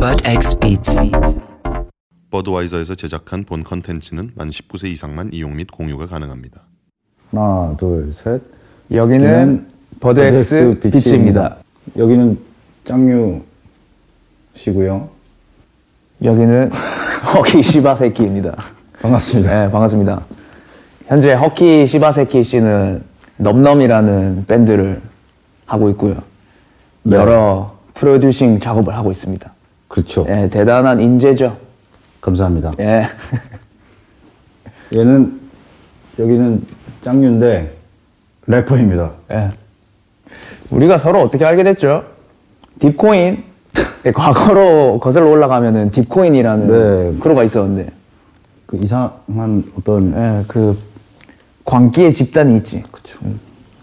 But X Beats. 버드와이저에서 제작한 본 컨텐츠는 만 19세 이상만 이용 및 공유가 가능합니다. 하나, 둘, 셋. 여기는 버드엑스 비치입니다. 여기는 짱유 씨고요. 여기는 허키 시바세키입니다. 반갑습니다. 네, 반갑습니다. 현재 허키 시바세키 씨는 넘넘이라는 밴드를 하고 있고요. 네. 여러 프로듀싱 작업을 하고 있습니다. 그렇죠. 예, 대단한 인재죠. 감사합니다. 예. 얘는 여기는 짱유인데 래퍼입니다. 예. 우리가 서로 어떻게 알게 됐죠? 딥코인. 예, 과거로 거슬러 올라가면은 딥코인이라는 네. 크루가 있었는데. 그 이상한 어떤 예, 그 광기의 집단이 있지. 그쵸.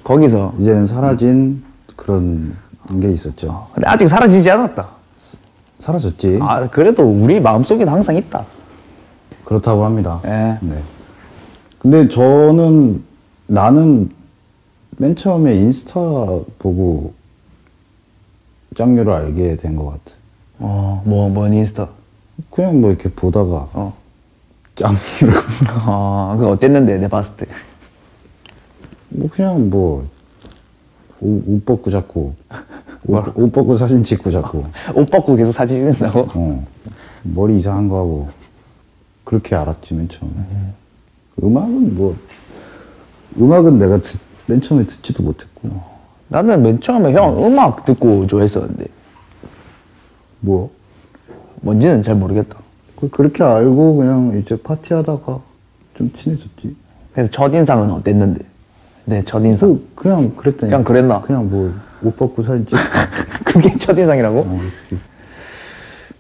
거기서 이제는 사라진 그런 게 있었죠. 근데 아직 사라지지 않았다. 사라졌지. 아 그래도 우리 마음속에는 항상 있다. 그렇다고 합니다. 예. 네. 근데 저는 나는 맨 처음에 인스타 보고 짱류를 알게 된 것 같아. 어뭐뭔 인스타. 그냥 뭐 이렇게 보다가 어. 짱류를 어그 어땠는데 내 봤을 때. 뭐 그냥 뭐 옷 벗고 자꾸 옷, 옷 벗고 사진 찍고 자꾸 옷 벗고 계속 사진 찍는다고. 어. 머리 이상한 거 하고 그렇게 알았지 맨 처음에. 음악은 뭐 음악은 내가 듣- 맨 처음에 듣지도 못했고 나는 맨 처음에 형 음악 듣고 좋아했었는데 뭐 뭔지는 잘 모르겠다. 그- 그렇게 알고 그냥 이제 파티하다가 좀 친해졌지. 그래서 첫 인상은 어땠는데? 내첫 인상. 그 그냥 그랬다니. 그냥 그랬나? 그냥 뭐 옷 벗고 사진 찍고. 그게 첫 인상이라고?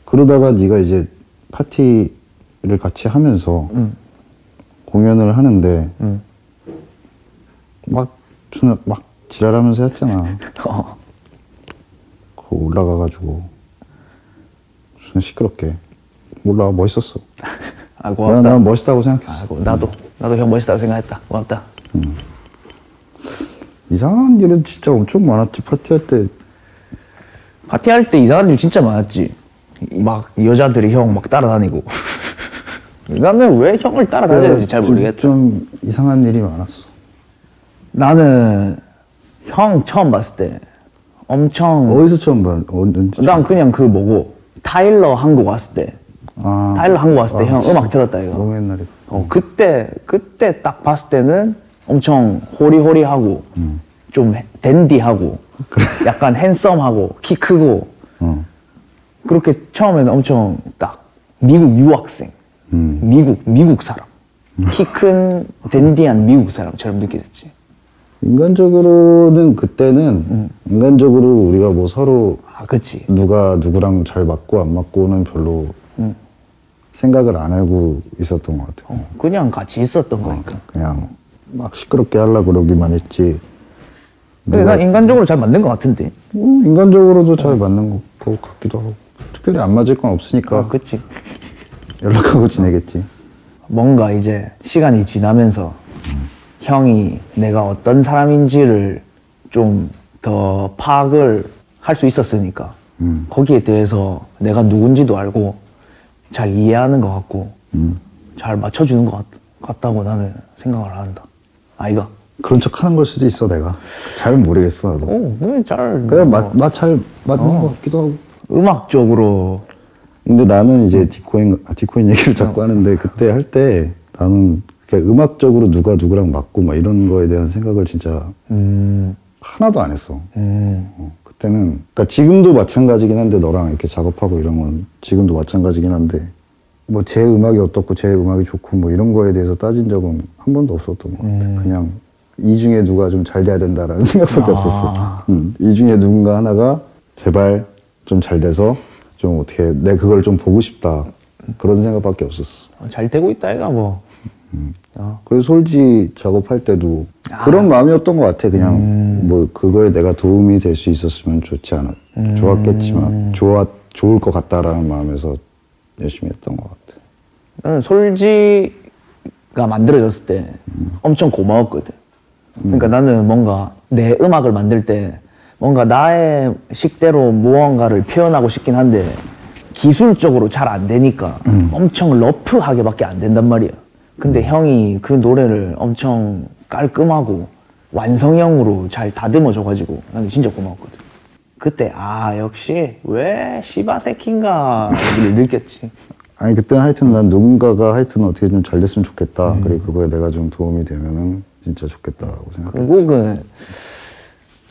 그러다가 네가 이제 파티를 같이 하면서 공연을 하는데 음. 막 저는 막 지랄하면서 했잖아. 어. 거 올라가가지고 저는 시끄럽게 올라가 멋있었어. 아 난, 고맙다. 난 멋있다고 생각했어. 아, 고- 나도 나도 형 멋있다고 생각했다. 고맙다. 이상한 일은 진짜 엄청 많았지 파티할 때. 파티할 때 이상한 일 진짜 많았지. 막 여자들이 형 막 따라다니고. 나는 왜 형을 따라다녔는지 잘 좀- 모르겠다. 좀 이상한 일이 많았어. 나는 형 처음 봤을 때 엄청 어디서 처음 봐? 언제? 난 그냥 그 뭐고 타일러 한국 왔을 때 아. 타일러 한국 왔을 때 형 음악 들었다 이거. 너무 옛날에. 어, 그때 그때 딱 봤을 때는 엄청 호리호리하고 좀 댄디하고 약간 핸섬하고 키 크고 어. 그렇게 처음에는 엄청 딱 미국 유학생, 미국 미국 사람, 키 큰 댄디한 미국 사람처럼 느껴졌지. 인간적으로는 그때는 인간적으로 우리가 뭐 서로 아, 그치. 누가 누구랑 잘 맞고 안 맞고는 별로 음. 생각을 안 하고 있었던 것 같아요. 그냥 같이 있었던 거니까. 그냥 막 시끄럽게 하려고 그러기만 했지. 근데 난 인간적으로 잘 맞는 것 같은데. 뭐 인간적으로도 잘 맞는 것 같기도 하고 특별히 안 맞을 건 없으니까 아, 그치. 연락하고 지내겠지. 뭔가 이제 시간이 지나면서 형이 내가 어떤 사람인지를 좀 더 파악을 할 수 있었으니까 음. 거기에 대해서 내가 누군지도 알고 잘 이해하는 것 같고 음. 잘 맞춰주는 것 같, 다고 나는 생각을 한다 아이가 그런 척 하는 걸 수도 있어 내가 잘 모르겠어 나도. 오 그냥 잘 그냥 뭐 맛잘 맞는 어. 것 같기도 하고. 음악적으로 근데 나는 어. 이제 디코인 아, 디코인 얘기를 자꾸 하는데 그때 할 때 나는 그러니까 음악적으로 누가 누구랑 맞고 막 이런 거에 대한 생각을 진짜 음, 하나도 안 했어. 음. 어, 그때는 그러니까 지금도 마찬가지긴 한데 너랑 이렇게 작업하고 이런 건 지금도 마찬가지긴 한데 뭐 제 음악이 어떻고 제 음악이 좋고 뭐 이런 거에 대해서 따진 적은 한 번도 없었던 것 같아. 그냥 이 중에 누가 좀 잘 돼야 된다라는 생각밖에 없었어. 음, 이 중에 누군가 하나가 제발 좀 잘 돼서 좀 어떻게 내 그걸 좀 보고 싶다 그런 생각밖에 없었어. 어, 잘 되고 있다 아이가 뭐 어. 그래서 솔지 작업할 때도 그런 아. 마음이었던 것 같아. 그냥 뭐 그거에 내가 도움이 될 수 있었으면 좋지 않았, 좋았겠지만 좋았 좋을 것 같다라는 마음에서 열심히 했던 것 같아. 나는 솔지가 만들어졌을 때 엄청 고마웠거든. 그러니까 나는 뭔가 내 음악을 만들 때 뭔가 나의 식대로 무언가를 표현하고 싶긴 한데 기술적으로 잘 안 되니까 엄청 러프하게밖에 안 된단 말이야. 근데 형이 그 노래를 엄청 깔끔하고 완성형으로 잘 다듬어줘가지고 나는 진짜 고마웠거든. 그때 아 역시 왜 시바세킨가를 느꼈지. 아니 그때 하여튼 난 누군가가 하여튼 어떻게 좀 잘 됐으면 좋겠다. 그리고 그거에 내가 좀 도움이 되면은 진짜 좋겠다라고 생각. 그 곡은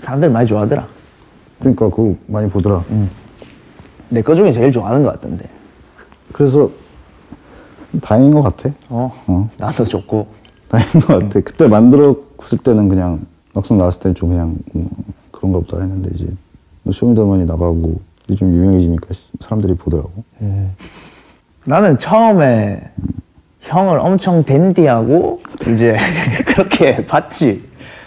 사람들 많이 좋아하더라. 그러니까 그거 많이 보더라. 내 거 중에 제일 좋아하는 것 같던데. 그래서 다행인 것 같아. 어, 어. 나도 좋고. 다행인 것 같아. 그때 만들었을 때는 그냥 막상 나왔을 때는 좀 그냥 음, 그런가 보다 했는데 이제 뭐 쇼미더머니 나가고 이제 좀 유명해지니까 시- 사람들이 보더라고. 나는 처음에 형을 엄청 댄디하고 이제 그렇게 봤지.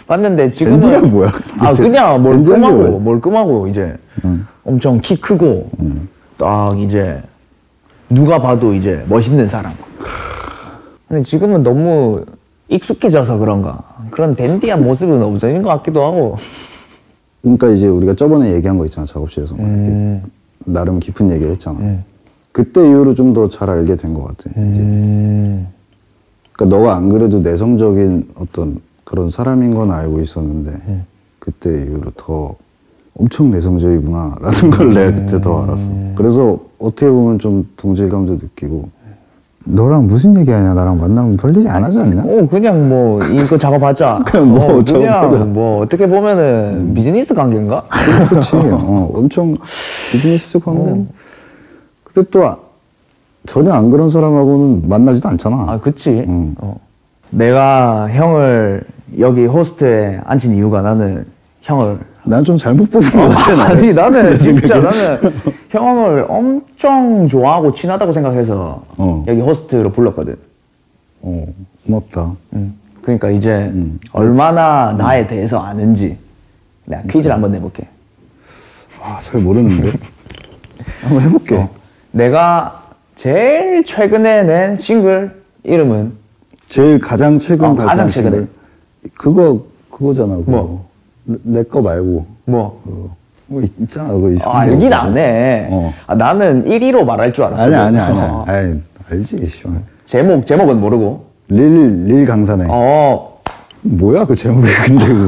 봤는데 지금은 댄디가 뭐야? 아 그냥 댄디한 게 뭐야? 멀끔하고 멀끔하고 이제 엄청 키 크고 딱 이제 누가 봐도 이제 멋있는 사람. 근데 지금은 너무 익숙해져서 그런가 그런 댄디한 모습은 없어진 것 같기도 하고. 그러니까 이제 우리가 저번에 얘기한 거 있잖아 작업실에서 막 이렇게 나름 깊은 얘기를 했잖아. 그때 이후로 좀 더 잘 알게 된 것 같아. 이제 그러니까 너가 안 그래도 내성적인 어떤 그런 사람인 건 알고 있었는데 그때 이후로 더 엄청 내성적이구나라는 걸 내가 그때 더 알았어. 그래서 어떻게 보면 좀 동질감도 느끼고 너랑 무슨 얘기하냐 나랑 만나면 별 얘기 안 하지 않냐? 어 그냥 뭐 이거 작업하자. 그냥 뭐 어, 작업하자. 음. 그냥 뭐 어떻게 보면은 비즈니스 관계인가? 그렇지. 어, 엄청 비즈니스 어. 관계. 근데 또 아- 전혀 안 그런 사람하고는 만나지도 않잖아. 아, 그치. 음. 어. 내가 형을 여기 호스트에 앉힌 이유가 나는 형을. 난 좀 잘못 뽑은 것 같아. 나. 아니, 나는 진짜 나는 형을 엄청 좋아하고 친하다고 생각해서 어. 여기 호스트로 불렀거든. 어, 고맙다. 음. 그러니까 이제 얼마나 나에 음. 대해서 아는지 내가 퀴즈를 한번 내볼게. 아, 잘 모르는데. 어, 한번 해볼게. 내가 제일 최근에 낸 싱글 이름은 제일 가장 최근 어, 가장 발표한 최근에. 싱글. 그거 그거잖아. 그거. 뭐? 내 거 말고. 뭐? 그거. 뭐 있- 있잖아. 그거 이상한 아, 거. 알긴 아네. 어. 아, 나는 1위로 말할 줄 알았거든. 아니 아니 아니. 어. 아니 알지. 시원. 제목 제목은 모르고 릴릴 강사네. 어 뭐야 그 제목이 근데 그거.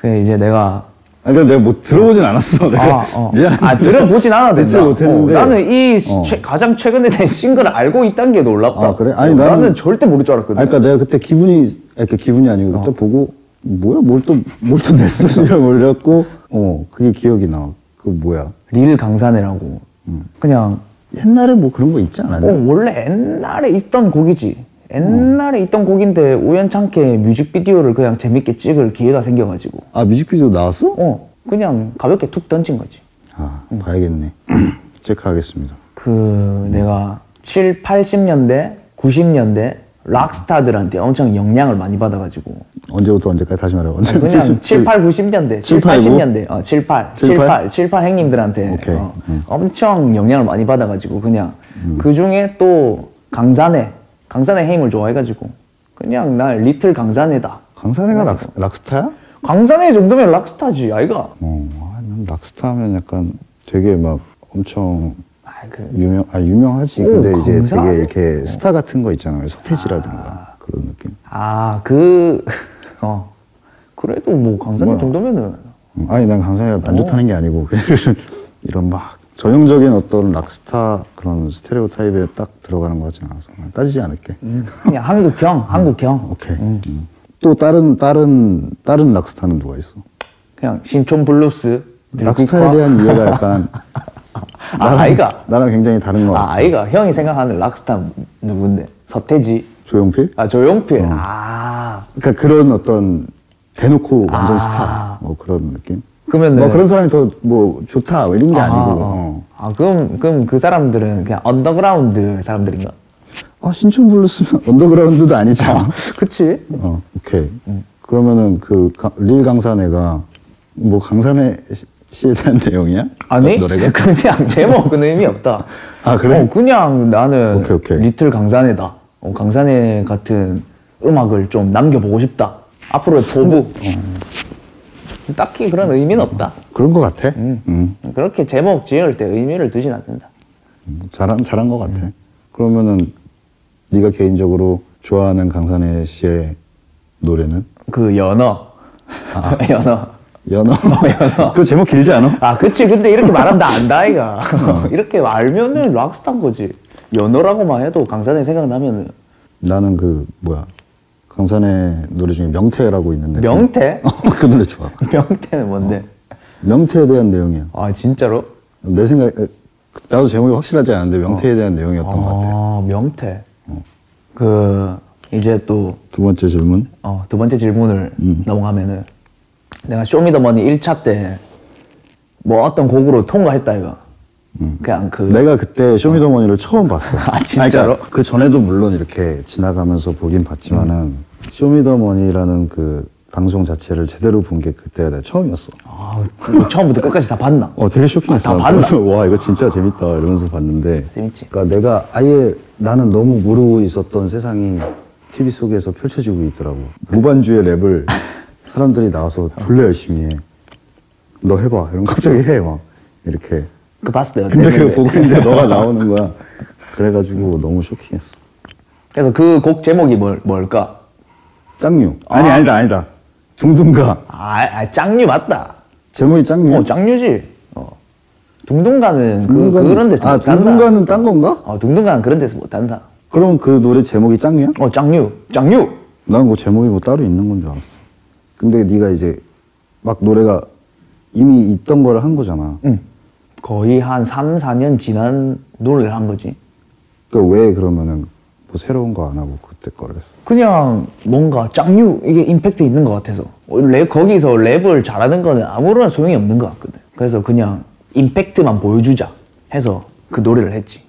그래 이제 내가 아니 그러니까 내가 뭐 들어보진 않았어. 내가 아, 어. 미안한데. 아 들어보진 않아도 듣지를 된다 못했는데. 어, 나는 이 어. 최- 가장 최근에 낸 싱글을 알고 있다는 게 놀랍다 아, 그래? 아니, 어, 나는, 나는 절대 모를 줄 알았거든 어. 아니, 그러니까 내가 그때 기분이 아니, 그러니까 기분이 아니고 그때 보고 뭐야 뭘 또 뭘 또 냈어 이런 올렸고 어 그게 기억이 나. 그 뭐야 릴 강산이라고 음. 그냥 옛날에 뭐 그런 거 있지 어 않았냐? 원래 옛날에 있던 곡이지 옛날에 있던 곡인데 우연찮게 뮤직비디오를 그냥 재밌게 찍을 기회가 생겨가지고 아 뮤직비디오 나왔어? 어 그냥 가볍게 툭 던진 거지 아 봐야겠네. 체크하겠습니다. 그 내가 7, 80년대, 90년대 락스타들한테 엄청 영향을 많이 받아가지고 언제부터 언제까지 다시 말해. 언제 그냥 7, 8, 90년대, 7, 78, 80년대, 어, 7, 8, 7, 78? 8, 7, 8 행님들한테 오케이. 음. 어, 엄청 영향을 많이 받아가지고 그냥 그 중에 또 강산에 강산의 행님을 좋아해가지고 그냥 나 리틀 강산에다. 어. 강산이가 락, 락스타야? 강산에 정도면 락스타지 아이가. 어, 아, 난 락스타 하면 약간 되게 막 엄청 아, 그 유명 아 유명하지. 오, 근데 이제 강산? 되게 이렇게 스타 같은 거 있잖아요. 서태지라든가 그런 느낌. 아, 그, 어. 그래도 뭐 강산이 뭐야? 정도면은 음, 아니 난 강산이가 안 좋다는 게 아니고 그냥 이런 막 전형적인 어떤 락스타 그런 스테레오 타입에 딱 들어가는 것 같진 않아서 그냥 따지지 않을게. 음. 그냥 한국형, 한국형. 오케이. 음. 또 다른 다른 다른 락스타는 누가 있어? 음, 그냥 신촌 블루스. 락스타에 대한 이해가 약간 아, 아이가. 나랑 굉장히 다른 것 같아. 아, 아이가 형이 생각하는 락스타 누군데? 서태지. 조용필? 아, 어. 조용필. 아. 그러니까 그런 어떤 대놓고 완전 아. 스타 뭐 그런 느낌? 그러면 뭐 네. 그런 사람이 더 뭐 좋다 뭐 이런 게 아, 아, 니고 어. 아, 그럼 그럼 그 사람들은 그냥 언더그라운드 사람들인가? 아 신촌 블루스는 언더그라운드도 아니잖아. 그치? 어, 오케이. 그러면은 그 릴 강산애가 뭐 강산애 시- 시에 대한 내용이야? 아니, 노- 노래가? 네. 그냥 제목은 의미 없다. 아, 그래? 어, 그냥 나는 오케이, 오케이. 리틀 강산에다. 어, 강산에 같은 음악을 좀 남겨보고 싶다. 앞으로의 음. 포부. 어. 딱히 그런 의미는 없다. 그런 것 같아. 음. 그렇게 제목 지을 때 의미를 두진 않는다. 음, 잘한 잘한 것 같아. 그러면은 네가 개인적으로 좋아하는 강산혜 씨의 노래는 그 연어. 아. 연어. 연어. 연어. 그 제목 길지 않아? 아, 그치. 근데 이렇게 말하면 나 안다, 이가. 어. 이렇게 알면은 락스타인 거지. 연어라고만 해도 강산이 생각나면은. 나는 그 뭐야 강산의 노래 중에 명태라고 있는데 명태? 그, 그 노래 좋아 명태는 뭔데? 명태에 대한 내용이야 아, 진짜로? 내 생각에 나도 제목이 확실하지 않은데 명태에 대한 내용이었던 것 어. 같아 아, 명태. 그, 이제 또, 두 번째 질문 어, 두 번째 질문을 음. 넘어가면은 내가 쇼미더머니 1차 때 뭐 어떤 곡으로 통과했다, 이거. 음. 그냥 그. 내가 그때 쇼미더머니를 처음 봤어 아, 진짜로? 그러니까 그 전에도 물론 이렇게 지나가면서 보긴 봤지만은 음. 쇼미더머니라는 그 방송 자체를 제대로 본 게 그때가 내가 처음이었어 아, 이거 처음부터 끝까지 다 봤나? 어, 되게 쇼킹했어. 아, 다 봤나? 그래서 와 이거 진짜 재밌다 이러면서 봤는데. 재밌지. 그러니까 내가 아예 나는 너무 모르고 있었던 세상이 TV 속에서 펼쳐지고 있더라고. 무반주의 랩을 사람들이 나와서 졸라 열심히 해. 너 해봐. 이런 거 갑자기 해 막 이렇게. 그 봤을 때 근데 어땠는데? 그거 보고 있는데 너가 나오는 거야. 그래가지고 음. 너무 쇼킹했어. 그래서 그 곡 제목이 뭘, 뭘까? 짱류. 아니 아니다 아니다. 둥둥가. 아, 아 짱류 맞다. 제목이 짱류. 어, 짱류지. 어. 둥둥가는 그, 음. 둥둥가는- 그런 데서 아 못 한다. 둥둥가는 딴 건가? 어, 둥둥가는 그런 데서 못 한다. 그럼 그 노래 제목이 짱이야? 어, 짱류. 짱류. 난 그 제목이 뭐 따로 있는 건 줄 알았어. 근데 네가 이제 막 노래가 이미 있던 거를 한 거잖아. 응. 거의 한 3, 4년 지난 노래를 한 거지. 그러니까 왜 그러면은 뭐 새로운 거 안 하고 그때 거를 했어? 그냥 뭔가 짱류 이게 임팩트 있는 것 같아서 어, 랩, 거기서 랩을 잘하는 거는 아무런 소용이 없는 것 같거든 그래서 그냥 임팩트만 보여주자 해서 그 노래를 했지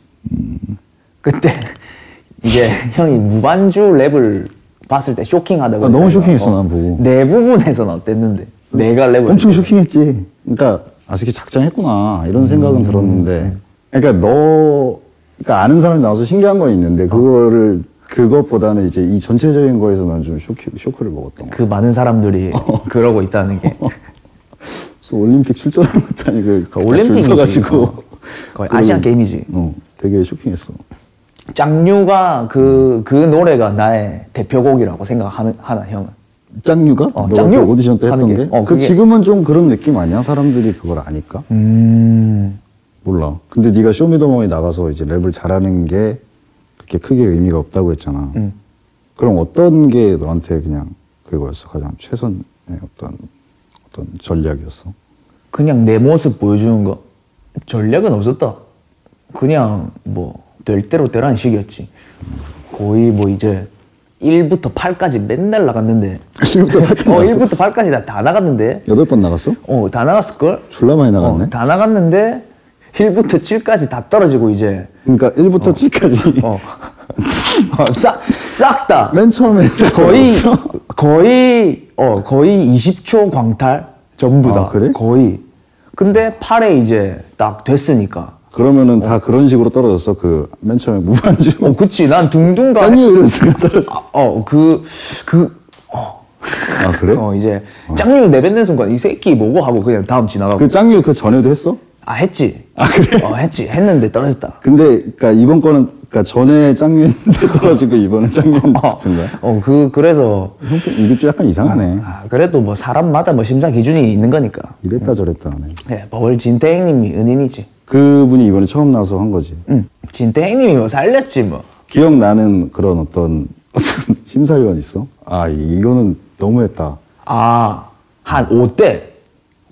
그때 이제 형이 무반주 랩을 봤을 때 쇼킹하다고 아, 너무 했잖아. 쇼킹했어, 어, 난 보고. 내 부분에서는 어땠는데 내가 랩을 엄청 쇼킹했지. 그러니까 아 이렇게 작정했구나 음. 이런 생각은 들었는데, 그러니까 너, 그러니까 아는 사람이 나와서 신기한 건 있는데 그거를 그것보다는 이제 이 전체적인 거에서 난 좀 쇼크 쇼크를 먹었던 거. 그 많은 사람들이 그러고 있다는 게 어. 그래서 올림픽 출전을 못하니 그 그 올림픽이지. 어. 서가지고 거의 아시안 게임이지. 어, 되게 쇼킹했어. 짱류가 그, 그 노래가 나의 대표곡이라고 생각하는 하나 형은 짱류가? 어, 너가 짱류? 그 오디션 때 했던 하는 게? 게. 어, 그 그게- 지금은 좀 그런 느낌 아니야? 사람들이 그걸 아니까? 음 몰라. 근데 네가 쇼미더머니 나가서 이제 랩을 잘하는 게 그렇게 크게 의미가 없다고 했잖아. 음. 그럼 어떤 게 너한테 그냥 그거였어? 가장 최선의 어떤 어떤 전략이었어? 그냥 내 모습 보여주는 거 전략은 없었다. 그냥 뭐 될 대로 되라는 식이었지. 거의 뭐 이제 1부터 8까지 맨날 나갔는데 1부터 어 8번 1부터 8까지 다, 다 나갔는데 여덟 번 나갔어? 어 다 나갔을걸? 졸라 많이 어, 나갔네. 다 나갔는데 1부터 7까지 다 떨어지고 이제 그러니까 1부터 어. 7까지 어싹싹다 맨 처음에 거의 나갔어? 거의 어 거의 20초 광탈 전부 다 아, 그래? 거의 근데 8에 이제 딱 됐으니까 그러면은 다 그런 식으로 떨어졌어. 그 맨 처음에 무반주 어, 그치. 난 둥둥가. 짠유 이런 식으로 떨어졌어. 아, 어, 그, 그, 어. 아 그래? 어, 이제, 짱류 내뱉는 순간, 이 새끼 뭐고 하고 그냥 다음 지나가고. 그 짱류 그 전에도 했어? 아, 했지. 아, 그래? 어, 했지. 했는데 떨어졌다. 근데 그니까 이번 거는 그니까 전에 짱류인데 떨어지고 이번은 짱류인데 어, 붙은 거야? 어, 그, 그래서, 이게 좀 약간 이상하네. 아, 그래도 뭐 사람마다 뭐 심사 기준이 있는 거니까. 이랬다 저랬다 하네. 예, 벌 진태행님이 은인이지. 그분이 이번에 처음 나와서 한 거지. 응. 진태행님이 뭐 살렸지 뭐. 기억나는 그런 어떤 어떤 심사위원 있어? 아 이- 이거는 너무했다. 아, 한 5대,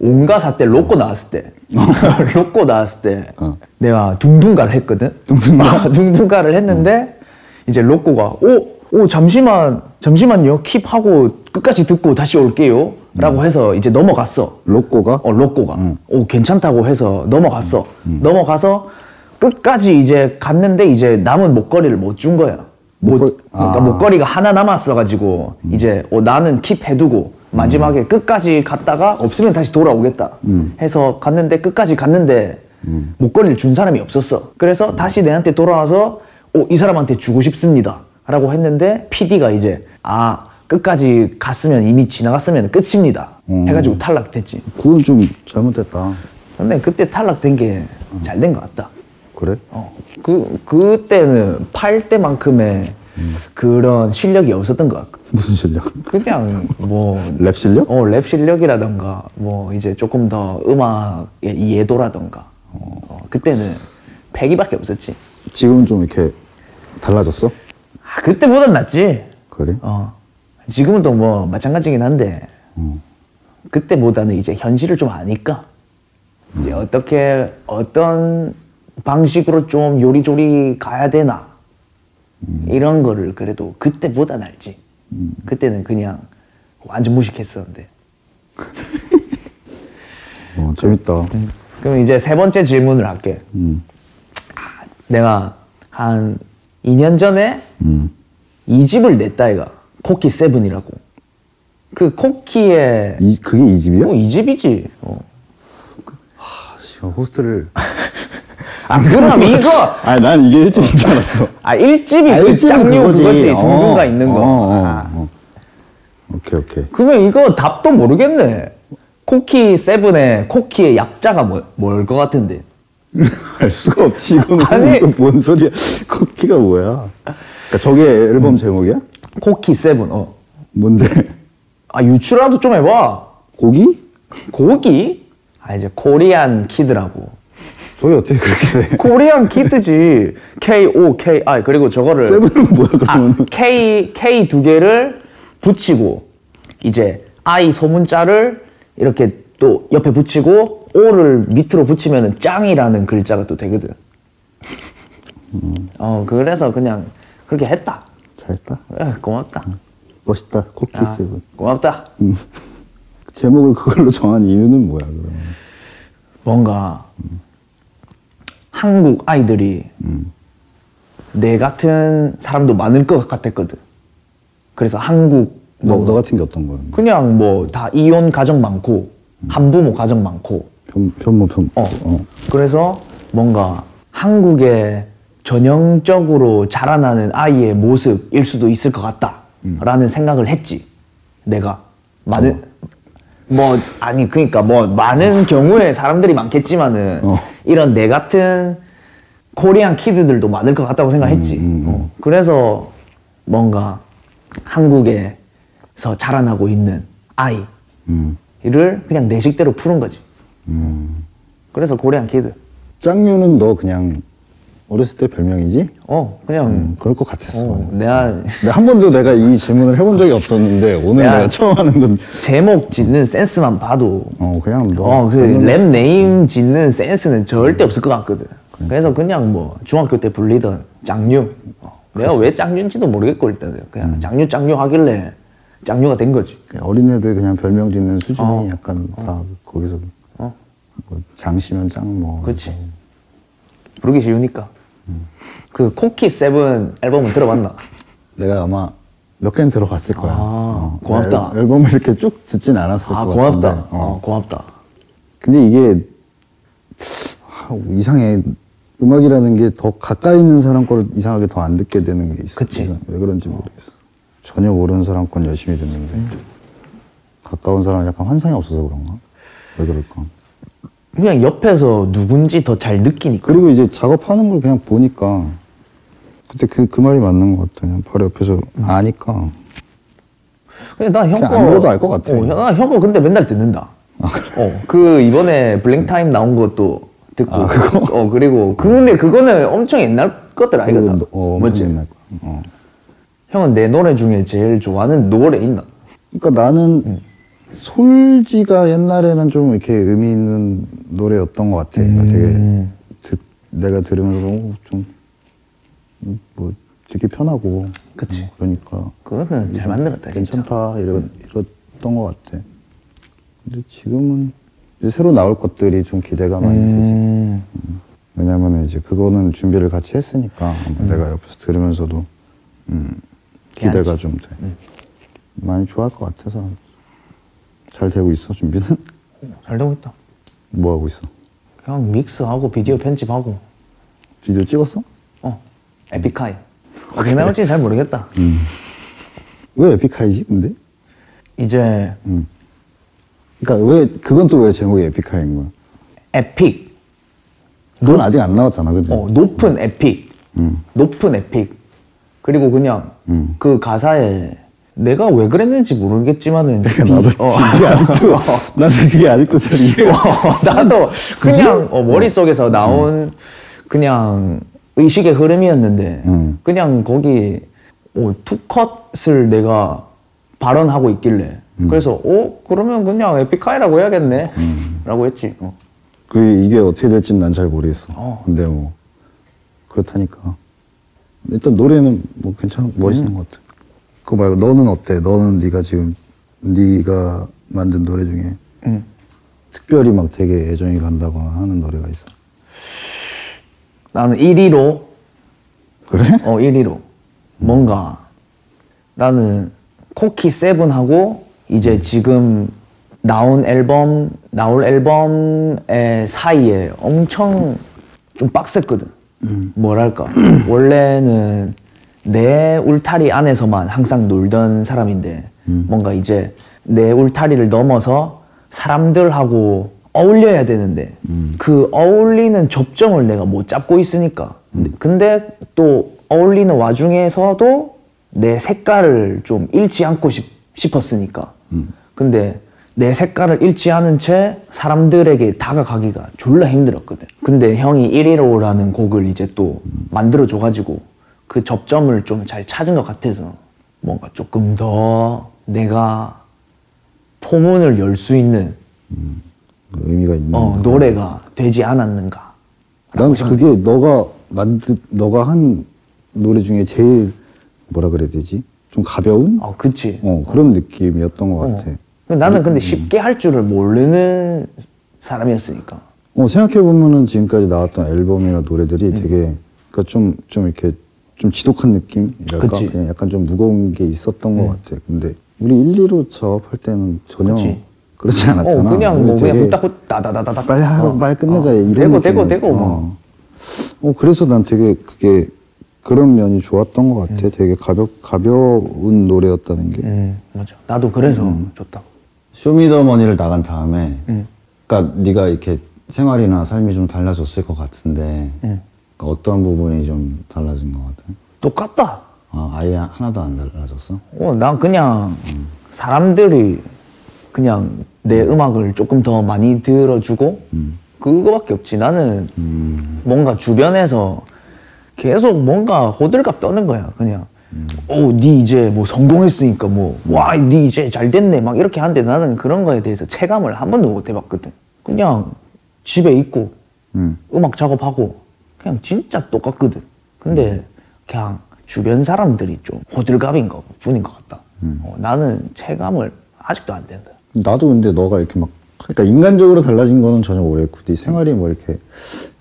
온가 4대 로꼬 나왔을 때, 로꼬 나왔을 때, 어. 내가 둥둥가를 했거든? 둥둥가? 어. 아, 둥둥가를 했는데, 이제 로꼬가, 오, 오, 잠시만, 잠시만요. 킵하고 끝까지 듣고 다시 올게요. 음. 라고 해서 이제 넘어갔어. 로꼬가? 어, 로꼬가. 음. 오, 괜찮다고 해서 넘어갔어. 넘어가서 끝까지 이제 갔는데 이제 남은 목걸이를 못 준 거야. 못, 목걸- 그러니까 아. 음. 목걸이가 하나 남았어가지고 이제 어, 나는 킵 해두고 마지막에 끝까지 갔다가 없으면 다시 돌아오겠다 음. 해서 갔는데 끝까지 갔는데 목걸이를 준 사람이 없었어. 음. 그래서 다시 내한테 돌아와서 어, 이 사람한테 주고 싶습니다. 라고 했는데 PD가 이제 아 끝까지 갔으면 이미 지나갔으면 끝입니다. 음. 해가지고 탈락됐지. 그건 좀 잘못됐다. 근데 그때 탈락된 게 잘 된 것 같다. 그래? 어. 그 그때는 팔 때만큼의 그런 실력이 없었던 것 같고 무슨 실력? 그냥 뭐 랩 실력? 어, 랩 실력이라던가, 뭐, 이제 조금 더 음악의 이해도라던가. 어, 그때는 패기밖에 없었지. 지금 좀 이렇게 달라졌어? 아, 그때보단 낫지. 그래? 어. 지금은 또 뭐, 마찬가지긴 한데, 음. 그때보다는 이제 현실을 좀 아니까. 이제 음. 어떻게, 어떤 방식으로 좀 요리조리 가야 되나. 음. 이런 거를 그래도 그때보다 알지. 그때는 그냥 완전 무식했었는데. 어, 재밌다. 그럼 이제 세 번째 질문을 할게. 음. 내가 한 2년 전에 음. 이 집을 냈다 이가 코키 세븐이라고. 그 코키의 이, 그게 이 집이야? 어, 이 집이지. 어. 씨, 호스트를. 아 그럼 이거 아니, 난 이게 일집인 줄 알았어. 아 일집이 그 짝류 그거지 둥둥가 있는 거. 어, 어, 아. 어. 오케이, 오케이. 그러면 이거 답도 모르겠네. 코키 세븐의 코키의 약자가 뭐, 뭘것 같은데. 알 수가 없지, 이거는. 아니. 이거 뭔 소리야. 쿠키가 뭐야. 그러니까 저게 음. 앨범 제목이야? 코키 세븐. 어. 뭔데? 아 유추라도 좀 해봐. 고기? 고기? 아 이제 코리안 키드라고. 저게 어떻게 그렇게 돼? 코리안 키드지. K O K I 그리고 저거를 세븐은 뭐야, 그러면? 아, K K 두 개를 붙이고 이제 I 소문자를 이렇게 또 옆에 붙이고 O를 밑으로 붙이면은 짱이라는 글자가 또 되거든. 어 그래서 그냥 그렇게 했다. 잘했다. 에, 고맙다. 멋있다. 쿠키 아, 세븐. 고맙다. 제목을 그걸로 정한 이유는 뭐야, 그러면? 뭔가 한국 아이들이 내 같은 사람도 많을 것 같았거든. 그래서 한국 너, 너 같은 게 어떤 거야? 음. 그냥 뭐 다 이혼 가정 많고 한부모 가정 많고 편, 편모, 편 어. 그래서 뭔가 한국의 전형적으로 자라나는 아이의 모습일 수도 있을 것 같다라는 생각을 했지 내가 많은 뭐 아니 그러니까 뭐 많은 경우에 사람들이 많겠지만은 어. 이런 내 같은 코리안 키드들도 많을 것 같다고 생각했지 음, 음, 음. 어, 그래서 뭔가 한국에서 자라나고 있는 아이 음. 이를 그냥 내 식대로 푸는 거지. 그래서 고래한 키드. 짱류는 너 그냥 어렸을 때 별명이지? 어, 그냥 음, 그럴 것 같았어. 어, 나는. 내가 근데 한 번도 내가 이 질문을 해본 적이 없었는데 오늘 야. 내가 처음 하는 건 제목 짓는 센스만 봐도 어, 그냥 너. 어, 그 별명이- 랩 네임 짓는 센스는 절대 없을 것 같거든. 그러니까. 그래서 그냥 뭐 중학교 때 불리던 짱류. 어, 내가 왜 짱류인지도 모르겠고 일단은 그냥 음. 짱류 짱류 하길래 짱류가 된 거지. 어린애들 그냥 별명 짓는 수준이 어. 약간 다 거기서 어. 뭐 장시면 짱 뭐. 그렇지. 부르기 쉬우니까. 그 코키 세븐 앨범은 들어봤나? 내가 아마 몇 개는 들어봤을 거야. 아, 어. 고맙다. 내 앨- 앨범을 이렇게 쭉 듣진 않았을 아 것 고맙다. 같은데. 어. 어, 고맙다. 근데 이게 아, 이상해. 음악이라는 게 더 가까이 있는 사람 거를 이상하게 더 안 듣게 되는 게 있어. 그치. 이상- 왜 그런지 모르겠어. 전혀 모르는 사람 건 열심히 듣는데 음. 가까운 사람은 약간 환상이 없어서 그런가? 왜 그럴까? 그냥 옆에서 누군지 더 잘 느끼니까. 그리고 이제 작업하는 걸 그냥 보니까 그때 그, 그 말이 맞는 것 같아. 그냥 바로 옆에서 음. 아니까. 근데 나 형 그냥 거. 안 들어도 알것 같아. 아, 어, 나형거 근데 맨날 듣는다. 어, 그 이번에 블랭타임 나온 것도 듣고. 아, 그거? 어, 그리고 근데 그거는 엄청 옛날 것들 아니거든. 그리고 어, 엄청 옛날 거야. 어. 형은 내 노래 중에 제일 좋아하는 노래 있나? 그러니까 나는 음. 솔지가 옛날에는 좀 이렇게 의미 있는 노래였던 것 같아. 그러니까 음. 되게 듣- 내가 들으면서 어, 좀뭐 되게 편하고 그치. 음, 그러니까 그거는 잘 만들었다. 진짜. 음. 괜찮다 이러, 이랬던 것 같아. 근데 지금은 이제 새로 나올 것들이 좀 기대가 많이 되지. 음. 왜냐면 이제 그거는 준비를 같이 했으니까 아마 음. 내가 옆에서 들으면서도 음, 기대가 해야지. 네. 좀 돼. 많이 좋아할 것 같아서 잘 되고 있어 준비는? 잘 되고 있다. 뭐 하고 있어? 그냥 믹스하고 비디오 편집하고. 비디오 찍었어? 어. 에픽하이. 아, 어떻게 나올지 잘 모르겠다. 음. 왜 에픽하이지 근데? 이제 음. 그러니까 왜 그건 또 왜 제목이 에픽하이인 거야? 에픽 그건 아직 안 나왔잖아, 그지? 어, 높은 에픽, 음. 높은 에픽. 그리고 그냥 그 가사에 내가 왜 그랬는지 모르겠지만은 나도 그게 아직도 나도 그게 아직도 잘 이해. 어, 나도 그냥 어, 음. 머릿속에서 나온 그냥 의식의 흐름이었는데 음. 그냥 거기 어, 투컷을 내가 발언하고 있길래 음. 그래서 어 그러면 그냥 에픽하이라고 해야겠네 음. 라고 했지 어. 그 이게 어떻게 될지는 난 잘 모르겠어. 어. 근데 뭐 그렇다니까. 일단 노래는 뭐 괜찮 멋있는 것 같아. 그거 말고 너는 어때? 너는 네가 지금 네가 만든 노래 중에 음. 특별히 막 되게 애정이 간다거나 하는 노래가 있어. 나는 1위로 그래? 어 1위로 뭔가 나는 코키 세븐하고 이제 지금 나온 앨범 나올 앨범의 사이에 엄청 좀 빡셌거든 뭐랄까 원래는 내 울타리 안에서만 항상 놀던 사람인데 뭔가 이제 내 울타리를 넘어서 사람들하고 어울려야 되는데 그 어울리는 접점을 내가 못 잡고 있으니까 근데 또 어울리는 와중에서도 내 색깔을 좀 잃지 않고 싶, 싶었으니까 근데 내 색깔을 잃지 않은 채 사람들에게 다가가기가 졸라 힘들었거든 근데 형이 115라는 곡을 이제 또 만들어 줘가지고 그 접점을 좀 잘 찾은 것 같아서 뭔가 조금 더 내가 포문을 열 수 있는 그 의미가 있는. 어, 노래. 노래가 되지 않았는가. 난 그게 너가 만든 너가 한 노래 중에 제일 뭐라 그래야 되지? 좀 가벼운? 어, 그치. 어 그런 느낌이었던 어. 것 같아. 근데 나는 근데 쉽게 할 줄을 모르는 사람이었으니까. 어, 생각해보면은 지금까지 나왔던 앨범이나 노래들이 되게, 그니까 좀, 좀 이렇게, 좀 지독한 느낌이랄까? 그치. 음. 그냥 약간 좀 무거운 게 있었던 것 같아. 근데, 우리 1, 2로 작업할 때는 전혀 그치. 그렇지 않았잖아. 어, 그냥 뭐 우리 그냥 되게 붙잡고 어. 다다다다다. 빨리 하고, 빨리 끝내자. 이런 대고 대고 느낌이었- 대고 뭐. 어. 어, 그래서 난 되게 그게, 그런 면이 좋았던 것 같아. 되게 가벼, 가벼운 노래였다는 게. 음, 맞아. 나도 그래서 음. 좋다고. 쇼미더머니를 나간 다음에 음. 그러니까 네가 이렇게 생활이나 삶이 좀 달라졌을 것 같은데 음. 그러니까 어떤 부분이 좀 달라진 것 같아? 똑같다. 아, 아예 하나도 안 달라졌어? 어, 난 그냥 사람들이 그냥 내 음악을 조금 더 많이 들어주고 음. 그거밖에 없지. 나는 뭔가 주변에서 계속 뭔가 호들갑 떠는 거야. 그냥 음. 오, 니 이제 뭐 성공했으니까 뭐 와, 니 이제 잘 됐네 막 이렇게 하는데 나는 그런 거에 대해서 체감을 한 번도 못 해봤거든. 그냥 집에 있고 음. 음악 작업하고 그냥 진짜 똑같거든. 근데 음. 그냥 주변 사람들이 좀 호들갑인 것 뿐인 것 같다. 음. 어, 나는 체감을 아직도 안 된다. 나도 근데 너가 이렇게 막 그러니까 인간적으로 달라진 거는 전혀 모르겠고 네 생활이 뭐 이렇게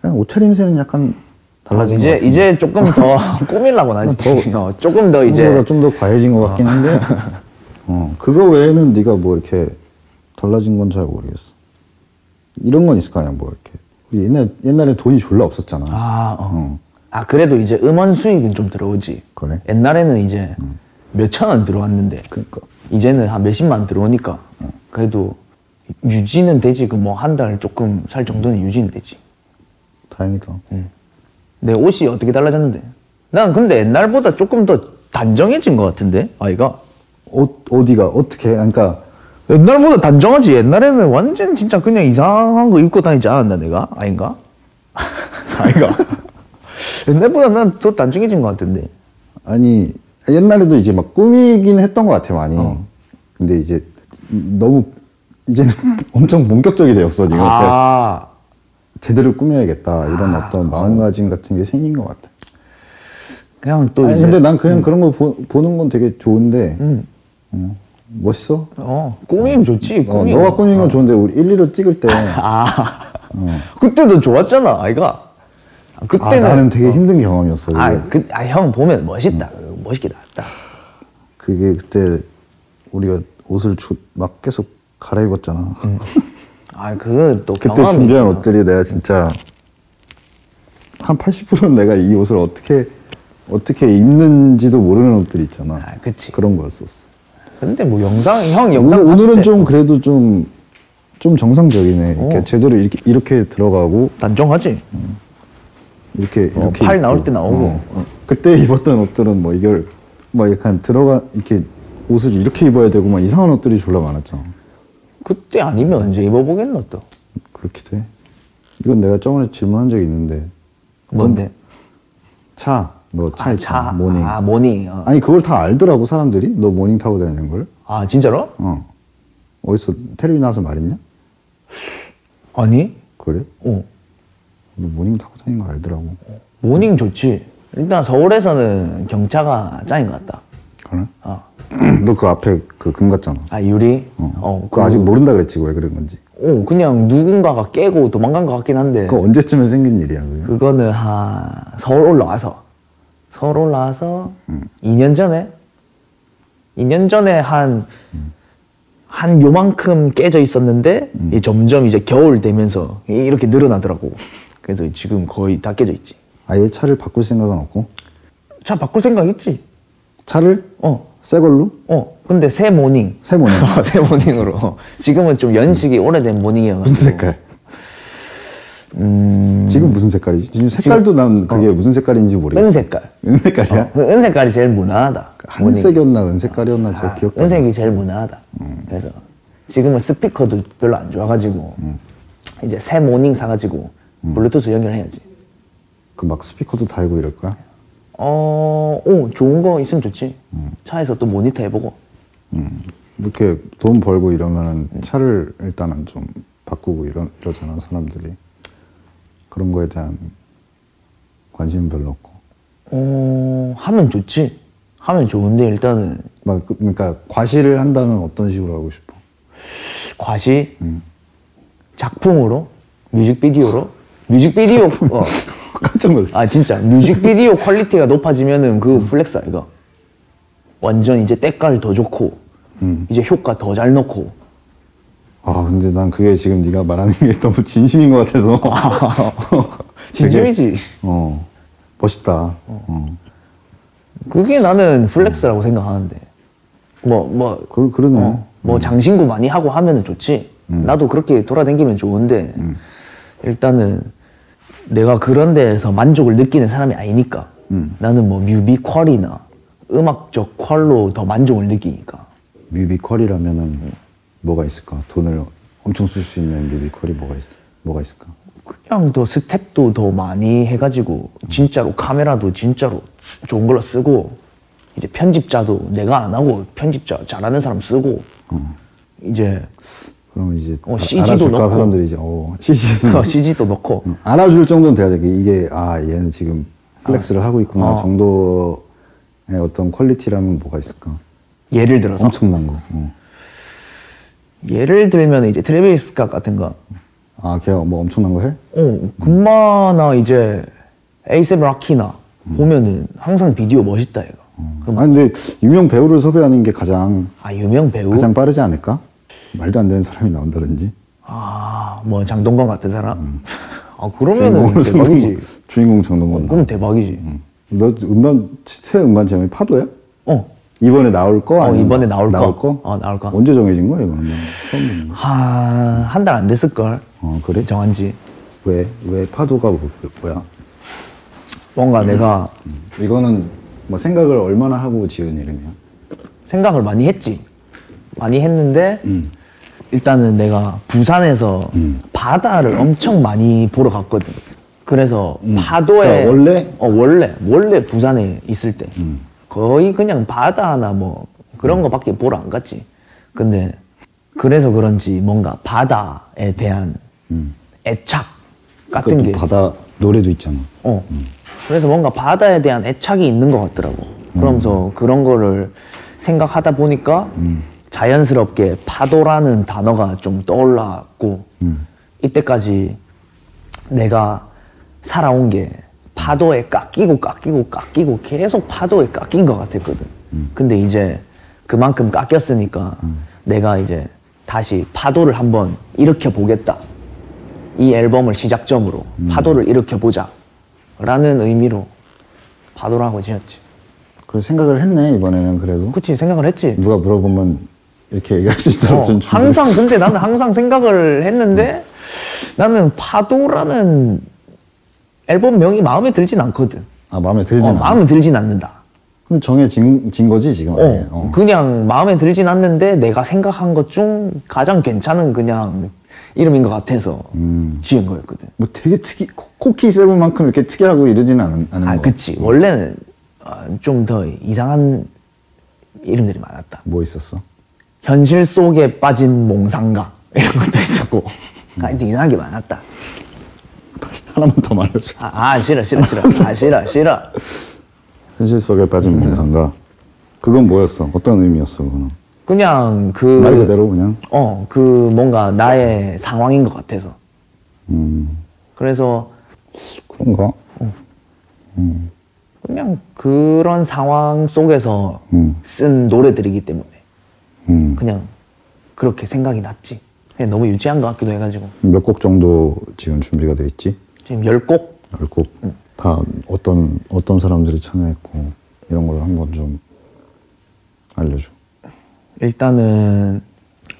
그냥 옷차림새는 약간 달라진 것 아, 이제 같은데 이제 조금 더 꾸밀라고 나지. 어, 조금 더 이제 평소보다 좀 더 과해진 것 같긴 한데 어, 그거 외에는 네가 뭐 이렇게 달라진 건 잘 모르겠어 이런 건 있을 거 아니야 뭐 이렇게 우리 옛날, 옛날에 돈이 졸라 없었잖아 아, 어. 어. 아 그래도 이제 음원 수익은 좀 들어오지. 그래? 음. 옛날에는 이제 몇천 원 들어왔는데 그러니까. 이제는 한 몇십만 들어오니까 그래도 유지는 되지. 그 뭐 한 달 조금 살 정도는 유지는 되지. 다행이다 음. 내 옷이 어떻게 달라졌는데? 난 근데 옛날보다 조금 더 단정해진 것 같은데 아이가 어, 어디가 어떻게 그러니까 옛날보다 단정하지 옛날에는 완전 진짜 그냥 이상한 거 입고 다니지 않았나 내가 아닌가? 아이가 옛날보다 난 더 단정해진 것 같은데 아니 옛날에도 이제 막 꾸미긴 했던 것 같아 많이 어. 근데 이제 이- 너무 이제는 엄청 본격적이 되었어 네가 그러니까 아 제대로 꾸며야겠다 이런 어떤 마음가짐 같은 게 생긴 것 같아 그냥 또 아니 이제 근데 난 그냥 그런 거 보, 는건 되게 좋은데 음. 음, 멋있어 어 꾸미면 좋지 어, 꾸미면. 너가 꾸민 건 좋은데 우리 1, 2로 찍을 때 아, 아 그때도 좋았잖아 아이가 아, 그때는 나는 되게 힘든 경험이었어 그게. 아그아형 보면 멋있다 멋있게 나왔다 그게 그때 우리가 옷을 조- 막 계속 갈아입었잖아 음. 아그또 그때 준비한 옷들이 내가 진짜 한 80%는 내가 이 옷을 어떻게 어떻게 입는지도 모르는 옷들 있잖아. 아, 그치. 그런 거였었어. 근데 뭐 영상 형 영상 오늘, 봤을 오늘은 때 좀 그래도 좀 좀 정상적이네. 이렇게 어. 제대로 이렇게 이렇게 들어가고 단정하지. 이렇게 어, 이렇게 팔 입고. 나올 때 나오고. 어, 어. 그때 입었던 옷들은 뭐 이걸 뭐 약간 들어가 이렇게 옷을 이렇게 입어야 되고 막 이상한 옷들이 졸라 많았죠. 그때 아니면 언제 입어보겠노 또 그렇기도 해. 이건 내가 저번에 질문한 적이 있는데 뭔데? 차, 너 차에 차, 모닝. 아 아, 모닝 어. 니 그걸 다 알더라고 사람들이 너 모닝 타고 다니는 걸. 아 진짜로? 어 어디서 텔레비 나와서 말했냐? 아니 그래? 어. 너 모닝 타고 다니는 거 알더라고. 모닝 좋지 일단 서울에서는 경차가 짱인 것 같다 그래? 어. 너 그 앞에 그 금 같잖아. 아 유리? 어. 어, 그거 아직 모른다 그랬지 왜 그런 건지. 어, 그냥 누군가가 깨고 도망간 것 같긴 한데 그거 언제쯤에 생긴 일이야 네. 그게? 그거는 한 서울 올라와서 서울 올라와서 음. 2년 전에 2년 전에 한 한 요만큼 깨져 있었는데 음. 이게 점점 이제 겨울 되면서 이렇게 늘어나더라고. 그래서 지금 거의 다 깨져 있지. 아예 차를 바꿀 생각은 없고 차 바꿀 생각 있지? 차를 어, 새 걸로 어. 근데 새 모닝. 새 모닝. 어, 새 모닝으로. 어. 지금은 좀 연식이 오래된 모닝이어서. 무슨 색깔? 음, 지금 무슨 색깔이지? 지금 어. 색깔도 난 그게 무슨 색깔인지 모르겠어. 은 색깔. 은 색깔이야? 그 은색깔이 제일 무난하다. 모닝이. 한색이었나 은색깔이었나 제가 아, 기억도 안 은색이 나. 제일 무난하다. 그래서 지금은 스피커도 별로 안 좋아가지고 음. 이제 새 모닝 사가지고 블루투스 연결해야지. 그막 스피커도 달고 이럴 거야? 어, 오 좋은 거 있으면 좋지. 음. 차에서 또 모니터 해보고. 이렇게 돈 벌고 이러면은 차를 일단은 좀 바꾸고 이러, 이러잖아 사람들이 그런 거에 대한 관심은 별로 없고 어, 하면 좋지. 하면 좋은데 일단은 막 그- 그러니까 과시를 한다면 어떤 식으로 하고 싶어? 과시 음. 작품으로 뮤직비디오로 뮤직비디오 어. 깜짝 놀랐어 아 진짜 뮤직비디오 퀄리티가 높아지면은 그 음. 플렉스 아이가 완전 이제 때깔 더 좋고 음. 이제 효과 더 잘 넣고 아 근데 난 그게 지금 네가 말하는 게 너무 진심인 것 같아서 되게, 진심이지 어 멋있다 어. 그게 나는 플렉스라고 생각하는데 뭐 뭐 뭐 그, 그러네 장신구 많이 하고 하면은 좋지 음. 나도 그렇게 돌아다니면 좋은데 일단은 내가 그런 데에서 만족을 느끼는 사람이 아니니까 음. 나는 뭐 뮤비 퀄이나 음악적 퀄로 더 만족을 느끼니까 뮤비컬이라면은 뭐가 있을까? 돈을 엄청 쓸 수 있는 뮤비컬이 뭐가 있, 뭐가 있을까? 그냥 더 스텝도 더 많이 해가지고 진짜로 카메라도 진짜로 좋은 걸로 쓰고 이제 편집자도 내가 안 하고 편집자 잘하는 사람 쓰고 이제 그러면 이제 어, 아- CG 도 알아줄까 넣고. 아, 사람들이 이제 어, CG도 넣고. CG도 넣고 음, 알아줄 정도는 돼야 돼. 이게 아 얘는 지금 플렉스를 하고 있구나 어. 정도의 어떤 퀄리티라면 뭐가 있을까? 예를 들어서 엄청난 거. 어. 예를 들면 이제 트레비스 스 같은 거 아 걔가 뭐 엄청난 거 해? 어, 금마나 이제 에이셉 락키나 음. 보면은 항상 비디오 멋있다 얘가 아 근데 유명 배우를 섭외하는 게 가장 아 유명 배우 그 가장 빠르지 않을까? 말도 안 되는 사람이 나온다든지. 아뭐 장동건 같은 사람 음. 아 주인공은 그러면은 대박이지 장동건, 주인공 장동건 나. 그럼 대박이지 너 음반 새 음반 제목이 파도야? 어 이번에 나올 거 어, 아니면 이번에 나올 나올 거. 거? 어, 나올 거. 언제 정해진 거야 이거는? 처음 듣는 거. 한, 한 달 안 됐을걸. 어, 그래? 정한 지. 왜왜 파도가 뭐, 뭐야? 음. 뭔가 내가 이거는 뭐 생각을 얼마나 하고 지은 이름이야? 생각을 많이 했지. 많이 했는데, 음. 일단은 내가 부산에서 바다를 엄청 많이 보러 갔거든. 그래서 파도에. 그러니까 원래? 음. 어, 원래. 원래 부산에 있을 때. 거의 그냥 바다나 뭐 그런 거밖에 보러 안 갔지. 근데 그래서 그런지 뭔가 바다에 대한 애착 같은 음. 그러니까 게. 또 바다 노래도 있잖아. 어. 그래서 뭔가 바다에 대한 애착이 있는 것 같더라고. 그러면서 그런 거를 생각하다 보니까 자연스럽게 파도라는 단어가 좀 떠올랐고, 이때까지 내가 살아온 게 파도에 깎이고 깎이고 깎이고 계속 파도에 깎인 것 같았거든. 근데 이제 그만큼 깎였으니까 내가 이제 다시 파도를 한번 일으켜 보겠다. 이 앨범을 시작점으로 음. 파도를 일으켜 보자. 라는 의미로 파도라고 지었지. 그래서 생각을 했네 이번에는 그래도 그치, 생각을 했지. 누가 물어보면 이렇게 얘기할 수 있도록 어, 음. 좀 음. 준비를- 항상 근데 나는 항상 생각을 했는데 나는 파도라는 앨범명이 마음에 들진 않거든. 아 마음에 들진 어, 않아. 마음에 들진 않는다. 근데 정해진 진 거지 지금. 어, 아예. 어. 그냥 마음에 들진 않는데 내가 생각한 것 중 가장 괜찮은 그냥 이름인 것 같아서 지은 거였거든. 뭐 되게 특이 코- 코키 세븐만큼 이렇게 특이하고 이러진 않은 않은 아, 거. 그치. 원래는 어, 좀 더 이상한 이름들이 많았다. 뭐 있었어? 현실 속에 빠진 몽상가 이런 것도 있었고. 아, 이제 이상한 게 많았다. 다시 하나만 더 말해줘. 아, 아, 싫어, 싫어, 싫어. 아, 싫어, 싫어. 현실 속에 음. 빠진 몽상가. 그건 뭐였어? 어떤 의미였어 그거는? 그냥 그. 말 그대로 그냥. 어, 그 뭔가 나의 상황인 것 같아서. 음 그래서 그런가? 그냥 그런 상황 속에서 음. 쓴 노래들이기 때문에 음. 그냥 그렇게 생각이 났지. 그냥 너무 유치한 것 같기도 해가지고. 몇 곡 정도 지금 준비가 돼 있지? 지금 열 곡? 열곡 다 어떤 어떤 사람들이 참여했고 이런 걸 한번 좀 알려줘. 일단은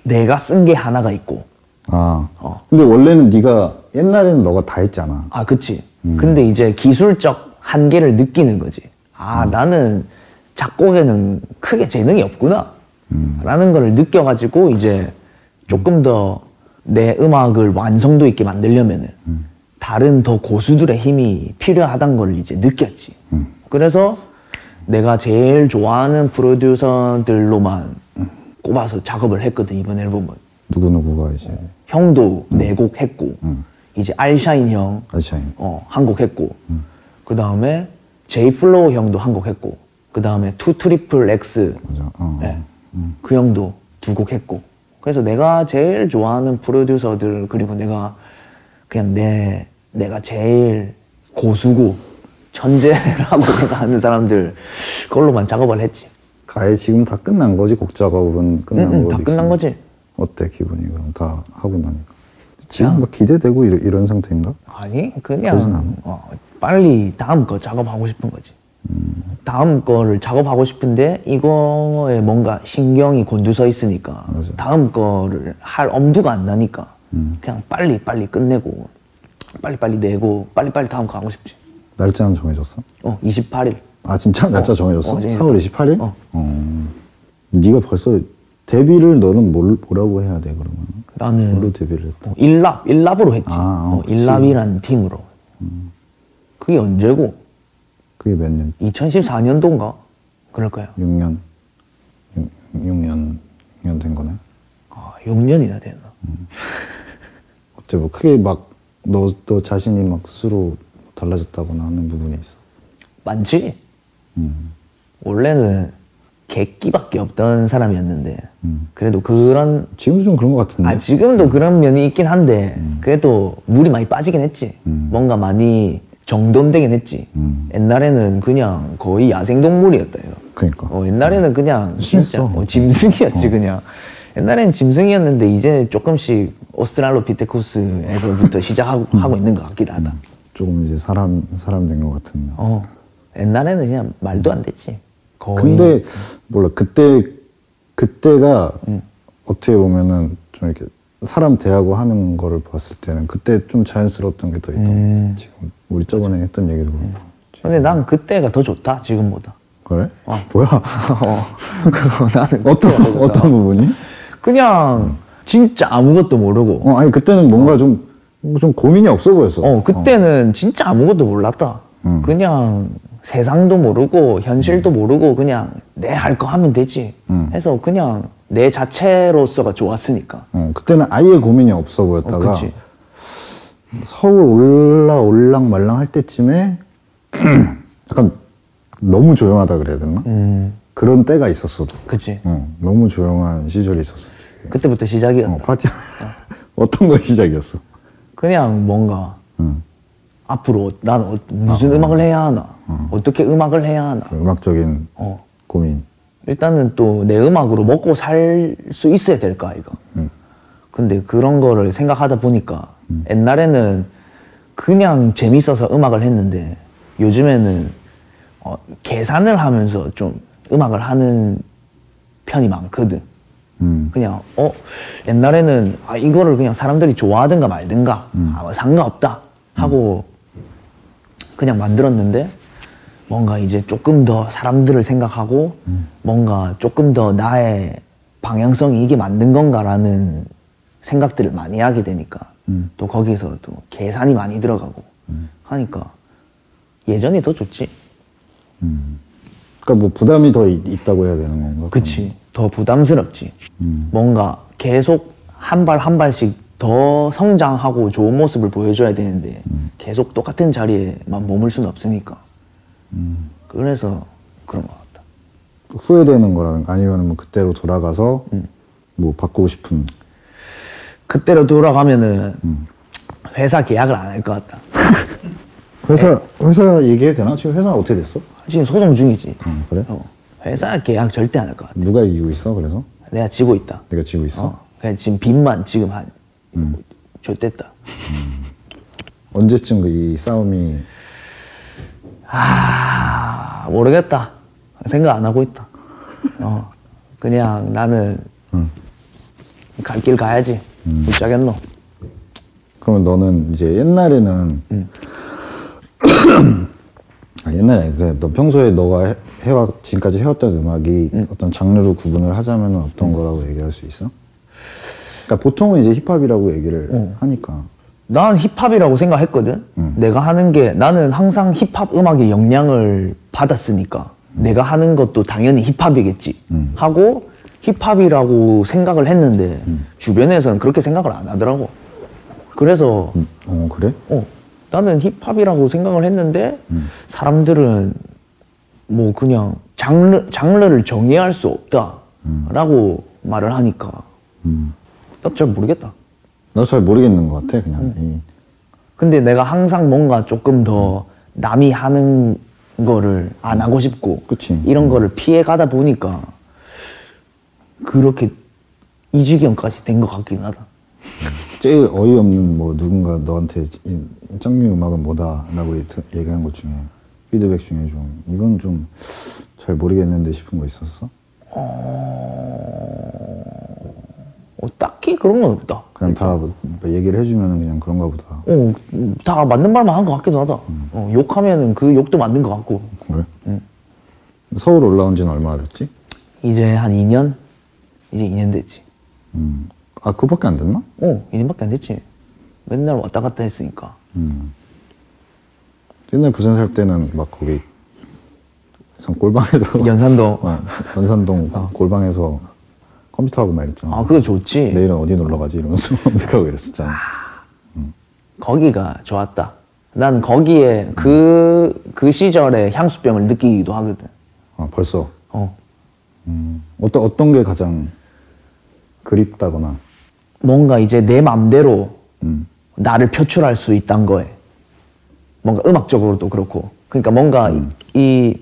내가 쓴 게 하나가 있고. 아 어. 근데 원래는 네가 옛날에는 너가 다 했잖아. 아, 그치. 근데 이제 기술적 한계를 느끼는 거지. 아, 나는 작곡에는 크게 재능이 없구나. 라는 거를 느껴가지고 이제 조금 더 내 음악을 완성도 있게 만들려면은 다른 더 고수들의 힘이 필요하단 걸 이제 느꼈지. 그래서 내가 제일 좋아하는 프로듀서들로만 꼽아서 작업을 했거든, 이번 앨범은. 누구 누구가 이제 형도 네 곡 했고, 이제 알샤인 형, 아시아인. 어, 한 곡 했고, 그 다음에 제이플로우 형도 한 곡 했고, 그 다음에 투 트리플 X, 맞아. 어. 예, 그 형도 두 곡 했고. 그래서 내가 제일 좋아하는 프로듀서들, 그리고 내가 그냥 내, 내가 제일 고수고, 천재라고 생각하는 사람들, 그걸로만 작업을 했지. 가해 지금 다 끝난 거지 곡 작업은 끝난 응, 응, 거고 음, 다 믹싱은? 끝난 거지. 어때 기분이 그럼 다 하고 나니까 지금 막 기대되고 이런, 이런 상태인가? 아니 그러진 않아. 그냥 어, 빨리 다음 거 작업하고 싶은 거지. 다음 거를 작업하고 싶은데 이거에 뭔가 신경이 곤두서 있으니까 맞아. 음. 다음 거를 할 엄두가 안 나니까 그냥 빨리 빨리 끝내고 빨리 빨리 내고 빨리 빨리 다음 거 하고 싶지. 날짜는 정해졌어? 어 28일. 아 진짜 날짜 어, 정해졌어? 어, 정해졌다. 4월 28일? 어. 네가 벌써 데뷔를 너는 뭘, 뭐라고 해야 돼 그러면? 뭘로 나는 데뷔를 했다? 어, 일랍 일랍으로 했지. 아, 어, 어, 그치. 음. 일랍이란 팀으로. 그게 언제고? 그게 몇 년? 2014년도인가 그럴 거야. 6년? 6, 년 6년 된 거네? 아, 6년이나 됐나? 어때 뭐 크게 막 너 너 자신이 막 스스로 달라졌다거나 하는 부분이 있어? 많지. 음. 원래는 객기밖에 없던 사람이었는데 음. 그래도 그런 지금도 좀 그런 거 같은데? 아 음. 지금도 그런 면이 있긴 한데 그래도 물이 많이 빠지긴 했지. 뭔가 많이 정돈되긴 했지. 음. 옛날에는 그냥 거의 야생동물이었다 이거. 그러니까 음. 어, 옛날에는 그냥 진짜 심했어. 어, 짐승이었지 그냥. 옛날에는 짐승이었는데 이제 조금씩 오스트랄로피테쿠스에서부터 시작하고 음. 하고 있는 것 같기도 하다. 조금 이제 사람 사람 된 거 같은 어 옛날에는 그냥 말도 안 됐지. 거의. 근데 몰라 그때 그때가 음. 어떻게 보면은 좀 이렇게 사람 대하고 하는 거를 봤을 때는 그때 좀 자연스러웠던 게 더 음. 있던 것 같아. 지금 우리 저번에 했던 얘기도 그렇고 근데 난 그때가 더 좋다 지금보다. 그래? 뭐야 어, 그거 나는 어떤 그때가 더 좋다. 어떤 부분이? 그냥 진짜 아무것도 모르고. 어 아니 그때는 뭔가 좀뭐 좀 고민이 없어 보였어. 어 그때는 진짜 아무것도 몰랐다. 음. 그냥 세상도 모르고 현실도 모르고 그냥 내 할 거 하면 되지. 음. 해서 그냥 내 자체로서가 좋았으니까. 어, 그때는 아예 고민이 없어 어, 보였다가 그치. 서울 올라 올랑 말랑 할 때쯤에 약간 너무 조용하다 그래야 되나? 음, 그런 때가 있었어도. 그치. 응, 너무 조용한 시절이 있었어. 되게. 그때부터 시작이었다. 어, 파티 어떤 거 시작이었어? 그냥 뭔가 응, 앞으로 난 어- 아, 무슨 음악을 해야 하나, 어떻게 음악을 해야 하나. 음악적인 어. 고민. 일단은 또 내 음악으로 먹고 살 수 있어야 될 거 아이가. 음. 근데 그런 거를 생각하다 보니까 옛날에는 그냥 재밌어서 음악을 했는데 요즘에는 어, 계산을 하면서 좀 음악을 하는 편이 많거든. 음, 그냥 어 옛날에는 아 음. 이거를 그냥 사람들이 좋아하든가 말든가 아, 상관없다 하고 그냥 만들었는데 뭔가 이제 조금 더 사람들을 생각하고 뭔가 조금 더 나의 방향성이 이게 맞는 건가라는 생각들을 많이 하게 되니까 또 거기서 또 계산이 많이 들어가고 하니까 예전이 더 좋지. 그러니까 뭐 부담이 더 있, 있다고 해야 되는 건가? 그치. 더 부담스럽지. 뭔가 계속 한 발 한 발씩 더 성장하고 좋은 모습을 보여줘야 되는데 계속 똑같은 자리에만 머물 수는 없으니까. 그래서 그런 것 같다. 음, 후회되는 거라는 아니면 뭐 그때로 돌아가서 뭐 바꾸고 싶은 그때로 돌아가면은 회사 계약을 안 할 것 같다. 회사 회사 얘기해도 되나? 지금 회사 어떻게 됐어? 지금 소송 중이지. 음, 그래? 어. 회사 계약 절대 안 할 것 같아. 누가 이기고 있어? 그래서 내가 지고 있다. 내가 지고 있어? 어. 그냥 지금 빚만 지금 한 줬댔다. 언제쯤 그 이 싸움이 아 모르겠다 생각 안 하고 있다 어 그냥 나는 갈 길 가야지 못 자겠노 그러면 너는 이제 옛날에는 아, 옛날에 그너 평소에 너가 해, 해와 지금까지 해왔던 음악이 어떤 장르로 구분을 하자면 어떤 거라고 얘기할 수 있어? 그러니까 보통은 이제 힙합이라고 얘기를 하니까 난 힙합이라고 생각했거든 내가 하는 게 나는 항상 힙합 음악의 영향을 받았으니까 내가 하는 것도 당연히 힙합이겠지 하고 힙합이라고 생각을 했는데 주변에서는 그렇게 생각을 안 하더라고 그래서 어 그래? 어, 나는 힙합이라고 생각을 했는데 음. 사람들은 뭐 그냥 장르 장르를 정의할 수 없다라고 음. 말을 하니까 나도 잘 모르겠다. 나 잘 모르겠는 것 같아 그냥 이, 근데 내가 항상 뭔가 조금 음. 더 남이 하는 거를 안 하고 싶고 그치. 음. 이런 거를 피해 가다 보니까 그렇게 이 지경까지 된 것 같긴 하다. 제일 어이없는 뭐 누군가 너한테 이- 이 짱류 음악은 뭐다라고 얘기- 얘기한 것 중에 피드백 중에 좀 이건 좀 잘 모르겠는데 싶은 거 있었어? 어, 딱히 그런 건 없다. 그냥 다뭐 얘기를 해주면 그냥 그런가 보다. 어, 다 맞는 말만 한 것 같기도 하다. 어, 욕하면은 그 욕도 맞는 것 같고. 그래? 서울 올라온 지는 얼마나 됐지? 이제 한 2년? 이제 2년 됐지. 음. 아, 그거밖에 안 됐나? 어, 2년밖에 안 됐지. 음. 맨날 왔다 갔다 했으니까. 옛날 부산 살 때는 막 거기 산 골방에다가 연산동. 어, 연산동 골방에서 컴퓨터하고 막 이랬잖아. 아, 그거 좋지. 내일은 어디 놀러 가지 이러면서 검색하고 이랬었잖아. 거기가 좋았다. 난 거기에 그, 그 시절의 향수병을 느끼기도 하거든. 아, 벌써 어. 어떤 어떤 게 가장 그립다거나 뭔가 이제 내 맘대로 나를 표출할 수 있다는 거에 뭔가 음악적으로도 그렇고 그러니까 뭔가 이, 이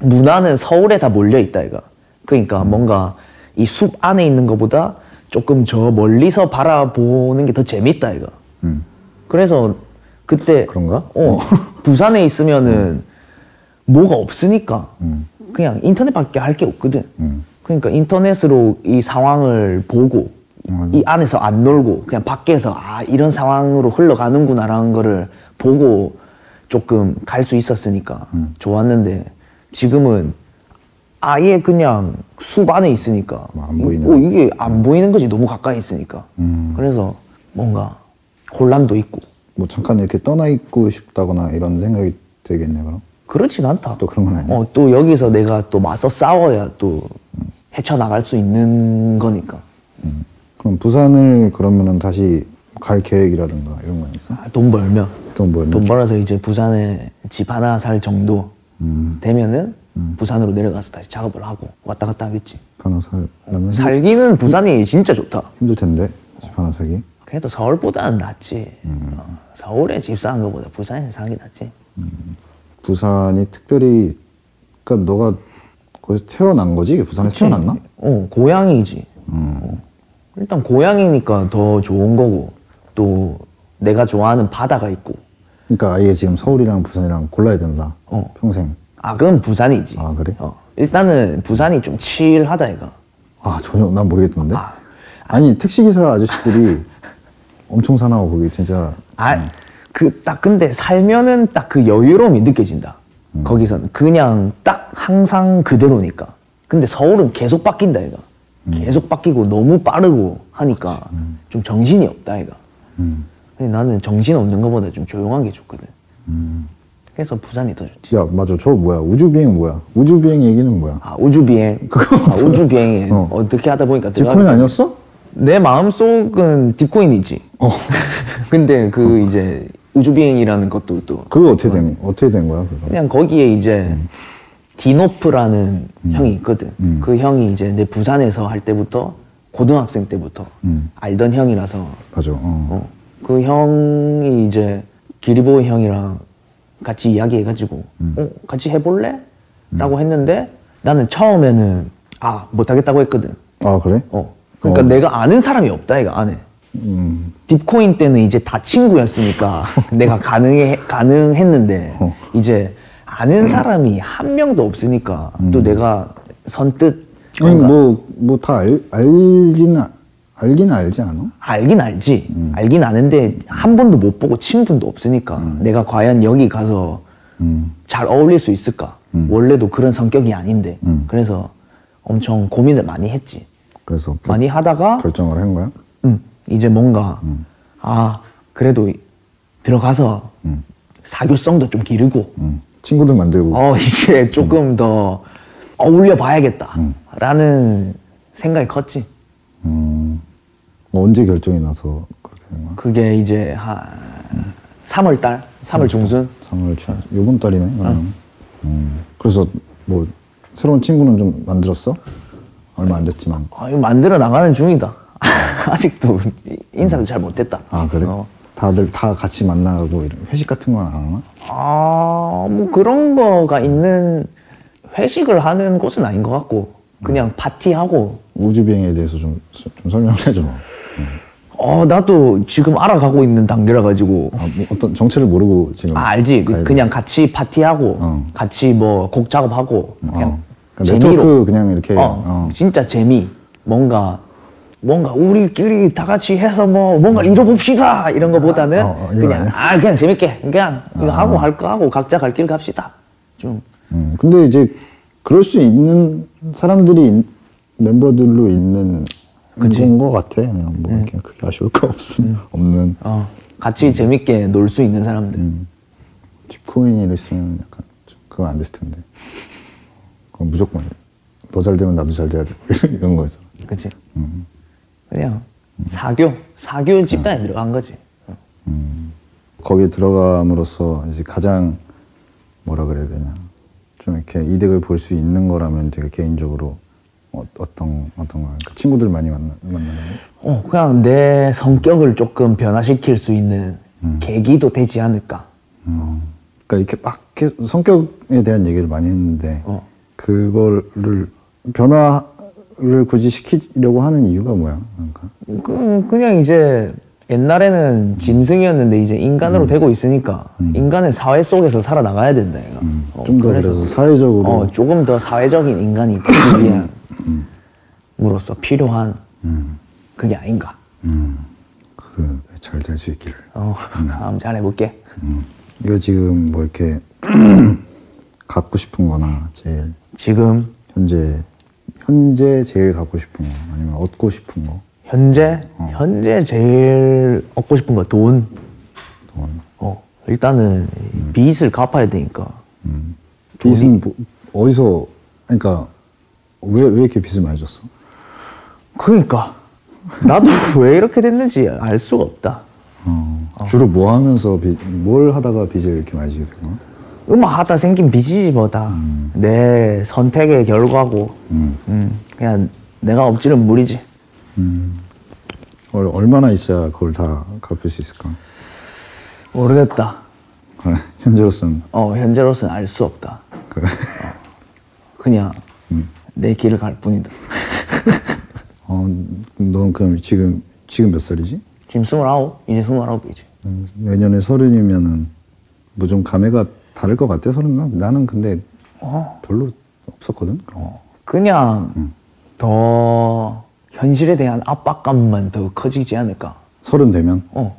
문화는 서울에 다 몰려 있다 이가 그러니까 뭔가 이 숲 안에 있는 것보다 조금 저 멀리서 바라보는 게 더 재밌다 이가 그래서 그때 그런가? 어, 부산에 있으면은 뭐가 없으니까 음. 그냥 인터넷밖에 할 게 없거든. 그러니까 인터넷으로 이 상황을 보고 이 안에서 안 놀고 그냥 밖에서 아 이런 상황으로 흘러가는구나라는 거를 보고 조금 갈 수 있었으니까 음. 좋았는데 지금은 아예 그냥 숲 안에 있으니까 뭐 안 보이는. 음. 어, 이게 안 보이는 거지 너무 가까이 있으니까 그래서 뭔가 혼란도 있고 뭐 잠깐 이렇게 떠나 있고 싶다거나 이런 생각이 되겠네 그럼. 그렇진 않다. 또 그런 건 아니야? 어, 또 여기서 내가 또 맞서 싸워야 또 헤쳐나갈 수 있는 거니까. 그럼 부산을 그러면은 다시 갈 계획이라든가 이런 건 있어? 아, 돈 벌면. 돈 벌면? 돈 벌어서 이제 부산에 집 하나 살 정도 음. 되면은 부산으로 내려가서 다시 작업을 하고 왔다 갔다 하겠지. 하나 살려면 살기는 부산이 진짜 좋다. 힘들 텐데 집 하나 사기. 그래도 서울보다는 낫지. 음. 어, 서울에 집 사는 것보다 부산에 사는 게 낫지. 부산이 특별히 그러니까 너가 거기서 태어난 거지? 부산에서 태어났나? 어, 고향이지. 음. 어. 일단 고향이니까 더 좋은 거고 또 내가 좋아하는 바다가 있고 그러니까 아예 지금 서울이랑 부산이랑 골라야 된다. 어. 평생. 아 그건 부산이지. 아, 그래? 어. 일단은 부산이 좀 칠하다 이거. 아 전혀 난 모르겠던데. 아니 택시 기사 아저씨들이 엄청 사나워 거기 진짜. 아 그 딱 근데 살면은 딱 그 여유로움이 느껴진다. 음. 거기선 그냥 딱 항상 그대로니까. 근데 서울은 계속 바뀐다 이가. 음. 계속 바뀌고 너무 빠르고 하니까 좀 정신이 없다 이가. 음. 근데 나는 정신 없는 것보다 좀 조용한 게 좋거든. 음. 그래서 부산이 더 좋지. 야 맞아 저 뭐야 우주비행 뭐야 우주비행 얘기는 뭐야 아 우주 비행. 아, 우주 비행이 어. 어. 떻게 하다 보니까 디코인 아니었어? 내 마음속은 딥코인이지. 어 근데 그 이제 우주 비행이라는 것도 또 그거 어떻게 된 어떻게 된 거야 그거 그냥 거기에 이제 음. 디노프라는 형이 있거든. 그 형이 이제 내 부산에서 할 때부터 고등학생 때부터 음. 알던 형이라서 맞아 어. 어, 그 형이 이제 기리보 형이랑 같이 이야기해가지고 음. 어, 같이 해볼래? 라고 했는데 나는 처음에는 아 못하겠다고 했거든. 아 그래? 어. 그러니까 어. 내가 아는 사람이 없다 이거 안에. 음 딥코인 때는 이제 다 친구였으니까 내가 가능해 가능했는데 어. 이제 아는 사람이 한 명도 없으니까 음. 또 내가 선뜻 아니 뭔가 뭐뭐다 알긴 아- 알긴 알지 않아? 알긴 알지 음. 알긴 아는데 한 번도 못 보고 친분도 없으니까 내가 과연 여기 가서 음 잘 어울릴 수 있을까 원래도 그런 성격이 아닌데 음. 그래서 엄청 고민을 많이 했지 그래서 결, 많이 하다가 결정을 한 거야? 음, 이제 뭔가 음. 아 그래도 들어가서 사교성도 좀 기르고 음 친구들 만들고 어 이제 조금 더 어울려 봐야겠다라는 생각이 컸지. 음 언제 결정이 나서 그렇게 된 거야? 그게 이제 한 3월 달, 3월 중순. 3월 초 요번 달이네 그러면 어. 음 그래서 뭐 새로운 친구는 좀 만들었어? 얼마 안 됐지만 아, 이거 만들어 나가는 중이다. 아직도 인사도 잘 못했다. 아 그래? 어. 다들 다 같이 만나고 이런 회식 같은 건 안 하나? 아, 뭐 그런 거가 있는 회식을 하는 곳은 아닌 것 같고 음. 그냥 파티하고 우주 비행에 대해서 좀, 좀 설명을 해줘. 아, 어 나도 지금 알아가고 있는 단계라 가지고 아, 뭐 어떤 정체를 모르고 지금 아 알지 그- 가입을- 그냥 같이 파티하고 어. 같이 뭐 곡 작업하고 그냥 어. 그러니까 재미로 네트워크 그냥 이렇게 어, 어. 진짜 재미 뭔가 뭔가 우리끼리 다 같이 해서 뭐 뭔가 이뤄봅시다 이런 거보다는 아, 어, 어, 이건 그냥 아니야? 어. 아 그냥 재밌게 그냥 이거 하고 할 거 하고 각자 갈 길 갑시다 좀 음, 근데 이제 그럴 수 있는 사람들이 인- 멤버들로 있는 그런 것 같아. 그냥 뭐 이렇게 크게 아쉬울 거 없, 없는 어, 같이 음. 재밌게 놀 수 있는 사람들 딥코인이 있으면 약간 좀 그건 안 됐을 텐데. 그건 무조건 너 잘 되면 나도 잘 돼야 돼 이런 거였어. 그치 음. 그냥 사교 사교 집단에 들어간 거지 어. 거기에 들어감으로써 이제 가장 뭐라 그래야 되나 좀 이렇게 이득을 볼 수 있는 거라면 되게 개인적으로 어, 어떤 어떤 거야 그 친구들 많이 만나 만나는 어, 그냥 내 성격을 조금 변화시킬 수 있는 음. 계기도 되지 않을까. 그러니까 이렇게 막 계속 성격에 대한 얘기를 많이 했는데 어. 그거를 변화를 굳이 시키려고 하는 이유가 뭐야 그러니까 그, 그냥 이제 음. 옛날에는 짐승이었는데 이제 인간으로 되고 있으니까 인간은 사회 속에서 살아나가야 된다. 얘가. 어, 음. 좀 더 그래서, 사회적으로 음. 어, 조금 더 사회적인 인간이 되기 위한 으로서 필요한 그게 아닌가. 그 잘 될 수 있기를 어, 다음 잘 해볼게. 이거 지금 뭐 이렇게 갖고 싶은 거나 제일 지금 현재 현재 제일 갖고 싶은 거 아니면 얻고 싶은 거 현재 현재 제일 얻고 싶은 거 돈. 돈. 어, 일단은 이 빚을 갚아야 되니까. 빚은 뭐, 어디서 그러니까 왜 왜 이렇게 빚을 많이 줬어? 그러니까 나도 왜 이렇게 됐는지 알 수가 없다. 어, 아. 주로 뭐 하면서 빚, 뭘 하다가 빚을 이렇게 많이 지게 된 거야? 음악 하다 생긴 빚이지 뭐다. 음. 내 선택의 결과고. 음, 그냥 내가 엎지른 물이지. 얼, 얼마나 있어야 그걸 다 갚을 수 있을까? 모르겠다. 그래, 현재로서는 어 현재로서는 알 수 없다. 어, 그래. 음. 그냥 내 길을 갈 뿐이다. 어, 넌 그럼 지금 지금 몇 살이지? 지금 스물아홉 이제 스물아홉이지. 음, 내년에 서른이면은 뭐 좀 감회가 다를 것 같아 서른은 나는 근데 어. 별로 없었거든. 그냥 더 현실에 대한 압박감만 더 커지지 않을까. 서른 되면 어.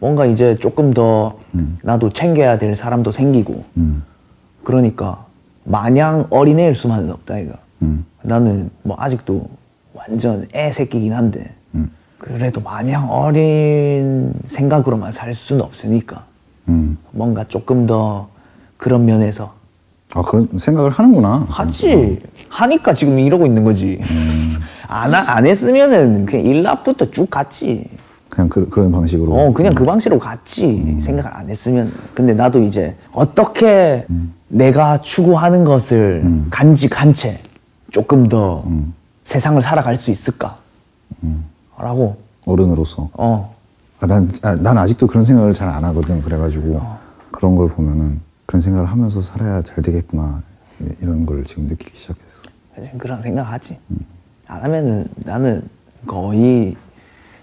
뭔가 이제 조금 더 나도 챙겨야 될 사람도 생기고 음, 그러니까 마냥 어린애일 수만은 없다 이거 나는 뭐 아직도 완전 애 새끼긴 한데 그래도 마냥 어린 생각으로만 살 수는 없으니까 음. 뭔가 조금 더 그런 면에서 아 그런 생각을 하는구나. 하지 하니까 지금 이러고 있는 거지 안, 하- 안 했으면은 그냥 일납부터 쭉 갔지 그냥 그, 런 방식으로. 음, 어 그냥 그 방식으로 갔지 생각을 안 했으면 근데 나도 이제 어떻게 내가 추구하는 것을 간직한 채 조금 더 세상을 살아갈 수 있을까 라고 어른으로서. 어 아, 난, 아, 난 아직도 그런 생각을 잘 안 하거든. 그래가지고 그런 걸 보면은 그런 생각을 하면서 살아야 잘 되겠구나 이- 이런 걸 지금 느끼기 시작했어. 그냥 그런 생각하지 안 하면은 나는 거의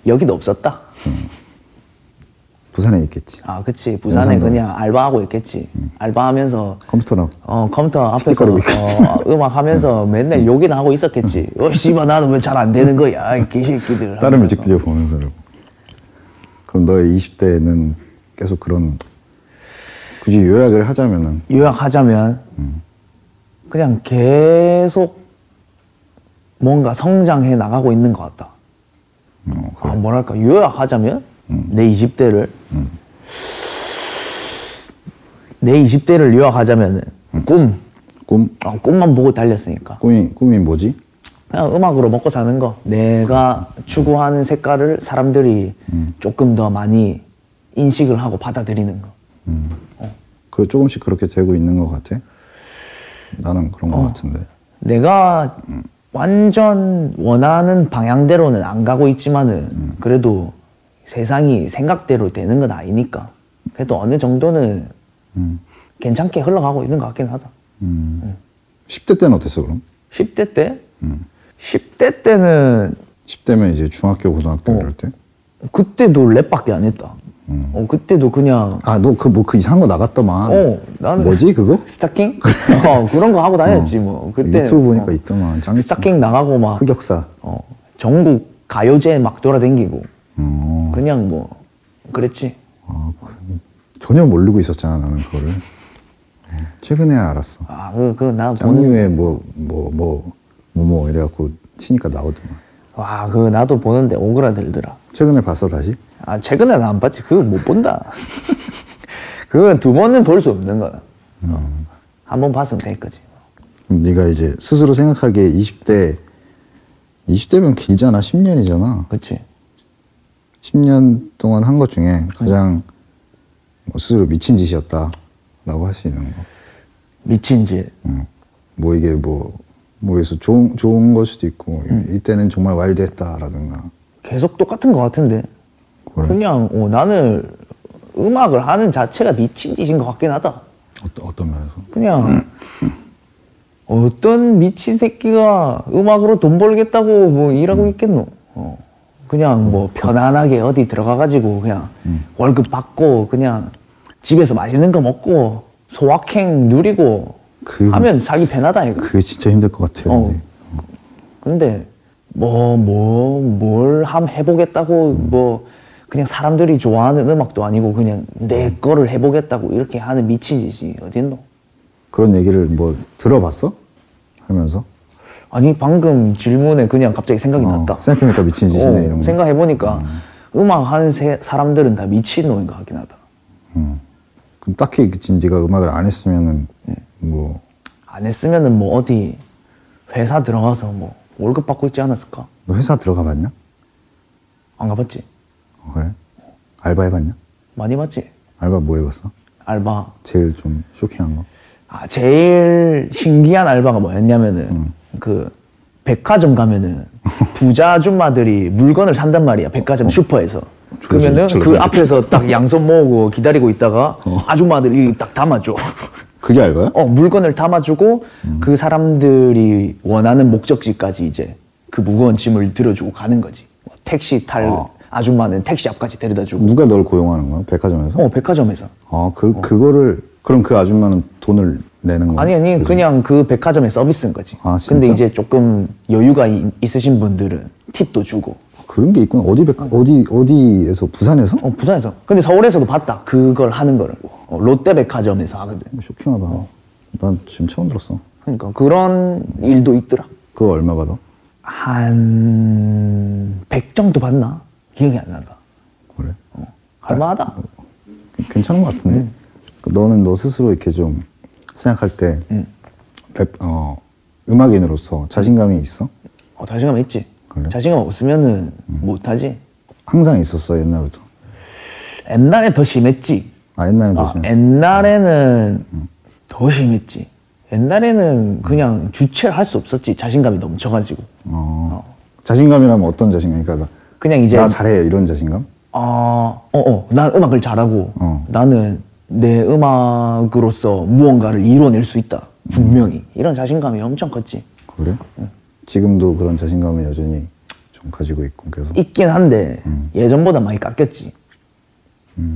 여기도 없었다 부산에 있겠지. 아 그치 부산에 연산동에서. 그냥 알바하고 있겠지 알바하면서 음. 컴퓨터랑 어 컴퓨터 앞에서 틱틱거리고 있겠지. 음. 어, 음악 하면서 맨날 욕이나 하고 있었겠지. 어 씨발 나는 왜 잘 안 되는 거야 이 개새끼들. 다른 하면서. 뮤직비디오 보면서 이러고. 그럼 너의 20대에는 계속 그런 굳이 요약을 하자면은 요약하자면 음. 그냥 계속 뭔가 성장해 나가고 있는 것 같다. 어, 음. 아, 뭐랄까 요약하자면 내 20대를 내 20대를 요약하자면은 음. 꿈 꿈 어, 꿈만 보고 달렸으니까 꿈이 꿈이 뭐지? 그냥 음악으로 먹고 사는 거. 내가 추구하는 색깔을 사람들이 조금 더 많이 인식을 하고 받아들이는 거. 그 조금씩 그렇게 되고 있는 것 같아. 나는 그런 것 같은데. 내가 완전 원하는 방향대로는 안 가고 있지만은 그래도 세상이 생각대로 되는 건 아니니까 그래도 어느 정도는 괜찮게 흘러가고 있는 것 같긴 하다. 10대 때는 어땠어 그럼? 10대 때? 10대 때는 10대면 이제 중학교 고등학교 이럴 때? 그때도 랩밖에 안 했다. 어, 그때도 그냥 아 너 그 뭐 그 이상한 거 나갔더만. 어, 나는 뭐지 그거? 스타킹? 어, 그런 거 하고 다녔지 뭐. 그때 유튜브 보니까 어, 있더만 짱 스타킹 나가고 막 흑역사. 어, 전국 가요제 막 돌아다니고 어, 그냥 뭐 그랬지. 아, 그- 전혀 모르고 있었잖아 나는 그거를. 어, 최근에야 알았어. 아, 그, 그, 나 보는, 장류에 뭐뭐뭐뭐뭐 이래갖고 치니까 나오더만. 와, 그, 나도 보는데 오그라들더라. 최근에 봤어 다시? 아, 최근에 나 안 봤지. 그거 못 본다. 그건 두 번은 볼 수 없는 거야. 어. 한 번 봤으면 될 거지. 그럼 네가 이제 스스로 생각하기에 20대 20대면 길잖아 10년이잖아. 그치? 10년 동안 한 것 중에 가장 뭐 스스로 미친 짓이었다라고 할 수 있는 거. 미친 짓. 응. 뭐 이게 뭐 모르겠어 좋은 좋은 걸 수도 있고 뭐 이때는 정말 와일드했다라든가. 어, 계속 똑같은 것 같은데. 그래? 그냥, 어, 나는 음악을 하는 자체가 미친 짓인 것 같긴 하다. 어떤 어떤 면에서? 그냥 어떤 미친 새끼가 음악으로 돈 벌겠다고 뭐 일하고 있겠노? 어. 그냥 뭐 편안하게 어디 들어가가지고 그냥 월급 받고 그냥 집에서 맛있는 거 먹고 소확행 누리고 그- 하면 살기 편하다 이거. 그게 진짜 힘들 것 같아요. 어. 근데. 근데 뭐 뭐 뭘 함 해보겠다고 뭐 그냥 사람들이 좋아하는 음악도 아니고 그냥 내 거를 해보겠다고 이렇게 하는 미친 짓이 어딨노? 그런 얘기를 뭐 들어봤어? 하면서 아니 방금 질문에 그냥 갑자기 생각이 어, 났다. 생각해보니까 미친 짓이네 어, 이런 거. 생각해보니까 음. 악 하는 세- 사람들은 다 미친놈인 것 같긴 하다. 그럼 딱히 지금 네가 음악을 안 했으면은 뭐 안 했으면은 뭐 어디 회사 들어가서 뭐 월급 받고 있지 않았을까? 너 회사 들어가봤냐? 안 가봤지? 어, 그래? 알바 해봤냐? 많이 봤지? 알바 뭐 해봤어? 알바. 제일 좀 쇼킹한 거. 아 제일 신기한 알바가 뭐였냐면은 음. 그 백화점 가면은 부자 아줌마들이 물건을 산단 말이야 백화점 슈퍼에서 어. 조심, 그러면은 그 조심해. 앞에서 딱 양손 모으고 기다리고 있다가 어. 아줌마들이 딱 담아줘 그게 알바야? 어, 물건을 담아주고 그 사람들이 원하는 목적지까지 이제 그 무거운 짐을 들어주고 가는 거지. 뭐 택시 탈 아줌마는 택시 앞까지 데려다 주고. 누가 널 고용하는 거야? 백화점에서? 어, 백화점에서. 아, 그, 그거를, 그럼 그 아줌마는 돈을 내는 거야? 아니, 아니, 그냥 그 백화점의 서비스인 거지. 아, 근데 진짜? 이제 조금 여유가 이- 있으신 분들은 팁도 주고. 그런 게 있구나. 어디 백- 어디 어디에서 부산에서? 어, 부산에서. 근데 서울에서도 봤다. 그걸 하는 거를. 어, 롯데백화점에서 하거든. 쇼킹하다. 난 지금 처음 들었어. 그러니까 그런 일도 있더라. 그거 얼마 받아? 한, 100 정도 받나? 기억이 안 난다. 그래? 할만하다. 어, 괜찮은 것 같은데. 네. 그 너는 너 스스로 이렇게 좀 생각할 때 음. 랩, 어, 음악인으로서 자신감이 있어? 어, 자신감 있지. 그래? 자신감 없으면은 음. 못하지. 항상 있었어 옛날부터. 옛날에 더 심했지. 아 음, 옛날에 아, 도 심했어. 옛날에는 더 심했지. 옛날에는 그냥 주체를 할 수 없었지. 자신감이 넘쳐가지고. 어. 자신감이라면 어떤 자신감? 그러니까 나, 그냥 이제 나 잘해 이런 자신감? 아, 어, 어, 난 음악을 잘하고 어. 나는 내 음악으로서 무언가를 이뤄낼 수 있다. 분명히 음. 이런 자신감이 엄청 컸지. 그래? 음. 지금도 그런 자신감을 여전히 좀 가지고 있고 계속. 있긴 한데 예전보다 많이 깎였지.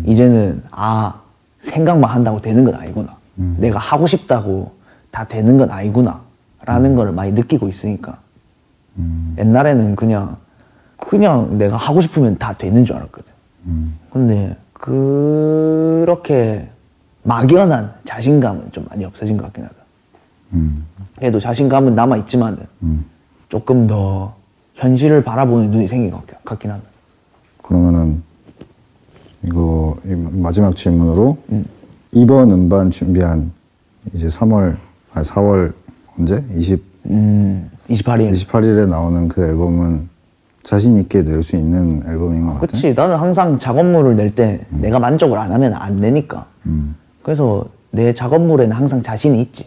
이제는 아 생각만 한다고 되는 건 아니구나. 내가 하고 싶다고 다 되는 건 아니구나라는 걸 많이 느끼고 있으니까. 옛날에는 그냥 그냥 내가 하고 싶으면 다 되는 줄 알았거든. 근데 그렇게 막연한 자신감은 좀 많이 없어진 것 같긴 하다. 음. 그래도 자신감은 남아 있지만 음. 조금 더 현실을 바라보는 눈이 생긴 것 같- 같긴 하다. 그러면은 이거 이 마- 마지막 질문으로 이번 음반 준비한 이제 3월 아 4월 언제? 20 음, 28일. 28일에 나오는 그 앨범은 자신 있게 낼 수 있는 앨범인 것 같아. 그치. 나는 항상 작업물을 낼 때 내가 만족을 안 하면 안 내니까. 음. 그래서 내 작업물에는 항상 자신이 있지.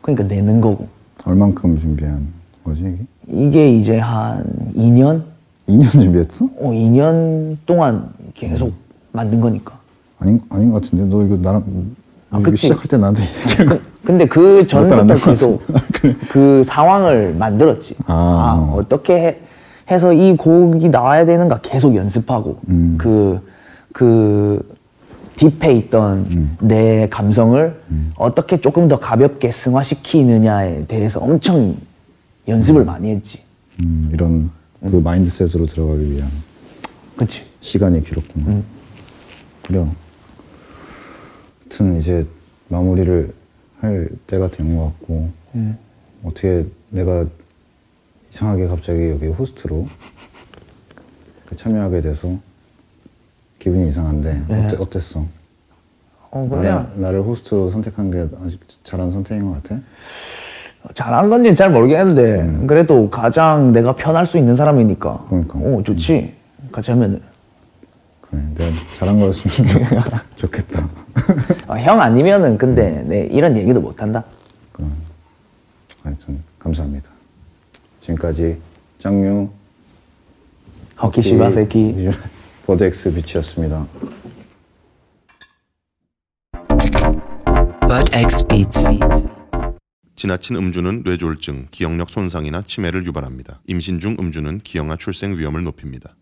그러니까 내는 거고. 얼만큼 준비한 거지 이게? 이게 이제 한 2년? 2년 준비했어? 어, 2년 동안 계속 음. 만든 거니까. 아닌 아닌 것 같은데 너 이거 나랑 아, 이거 그치. 시작할 때 나한테 얘기한 거. 근데 그 몇달안 전부터 된것 계속 그 상황을 만들었지. 아. 아, 어떻게 해, 해서 이 곡이 나와야 되는가 계속 연습하고 음. 그, 그 딥에 있던 음. 내 감성을 어떻게 조금 더 가볍게 승화시키느냐에 대해서 엄청 연습을 많이 했지. 음, 이런 그 마인드셋으로 들어가기 위한 그치? 시간이 길었구나. 그래요. 하여튼 이제 마무리를 할 때가 된 것 같고 어떻게 내가 이상하게 갑자기 여기 호스트로 이렇게 참여하게 돼서 기분이 이상한데 어때, 어땠어? 어, 그냥 나를, 나를 호스트로 선택한 게 아직 잘한 선택인 것 같아? 잘한 건지는 잘 모르겠는데 그래도 가장 내가 편할 수 있는 사람이니까. 음. 그러니까. 음. 어, 좋지. 같이 하면은. 그래, 내가 잘한 거였으면 좋겠다. 아, 형 아니면은 근데 내 이런 얘기도 못 한다. 하여튼 감사합니다. 지금까지 짱유 허키 예. 시바세키. 버드엑스 비치였습니다. Bird X Beats. 지나친 음주는 뇌졸중, 기억력 손상이나 치매를 유발합니다. 임신 중 음주는 기형아 출생 위험을 높입니다.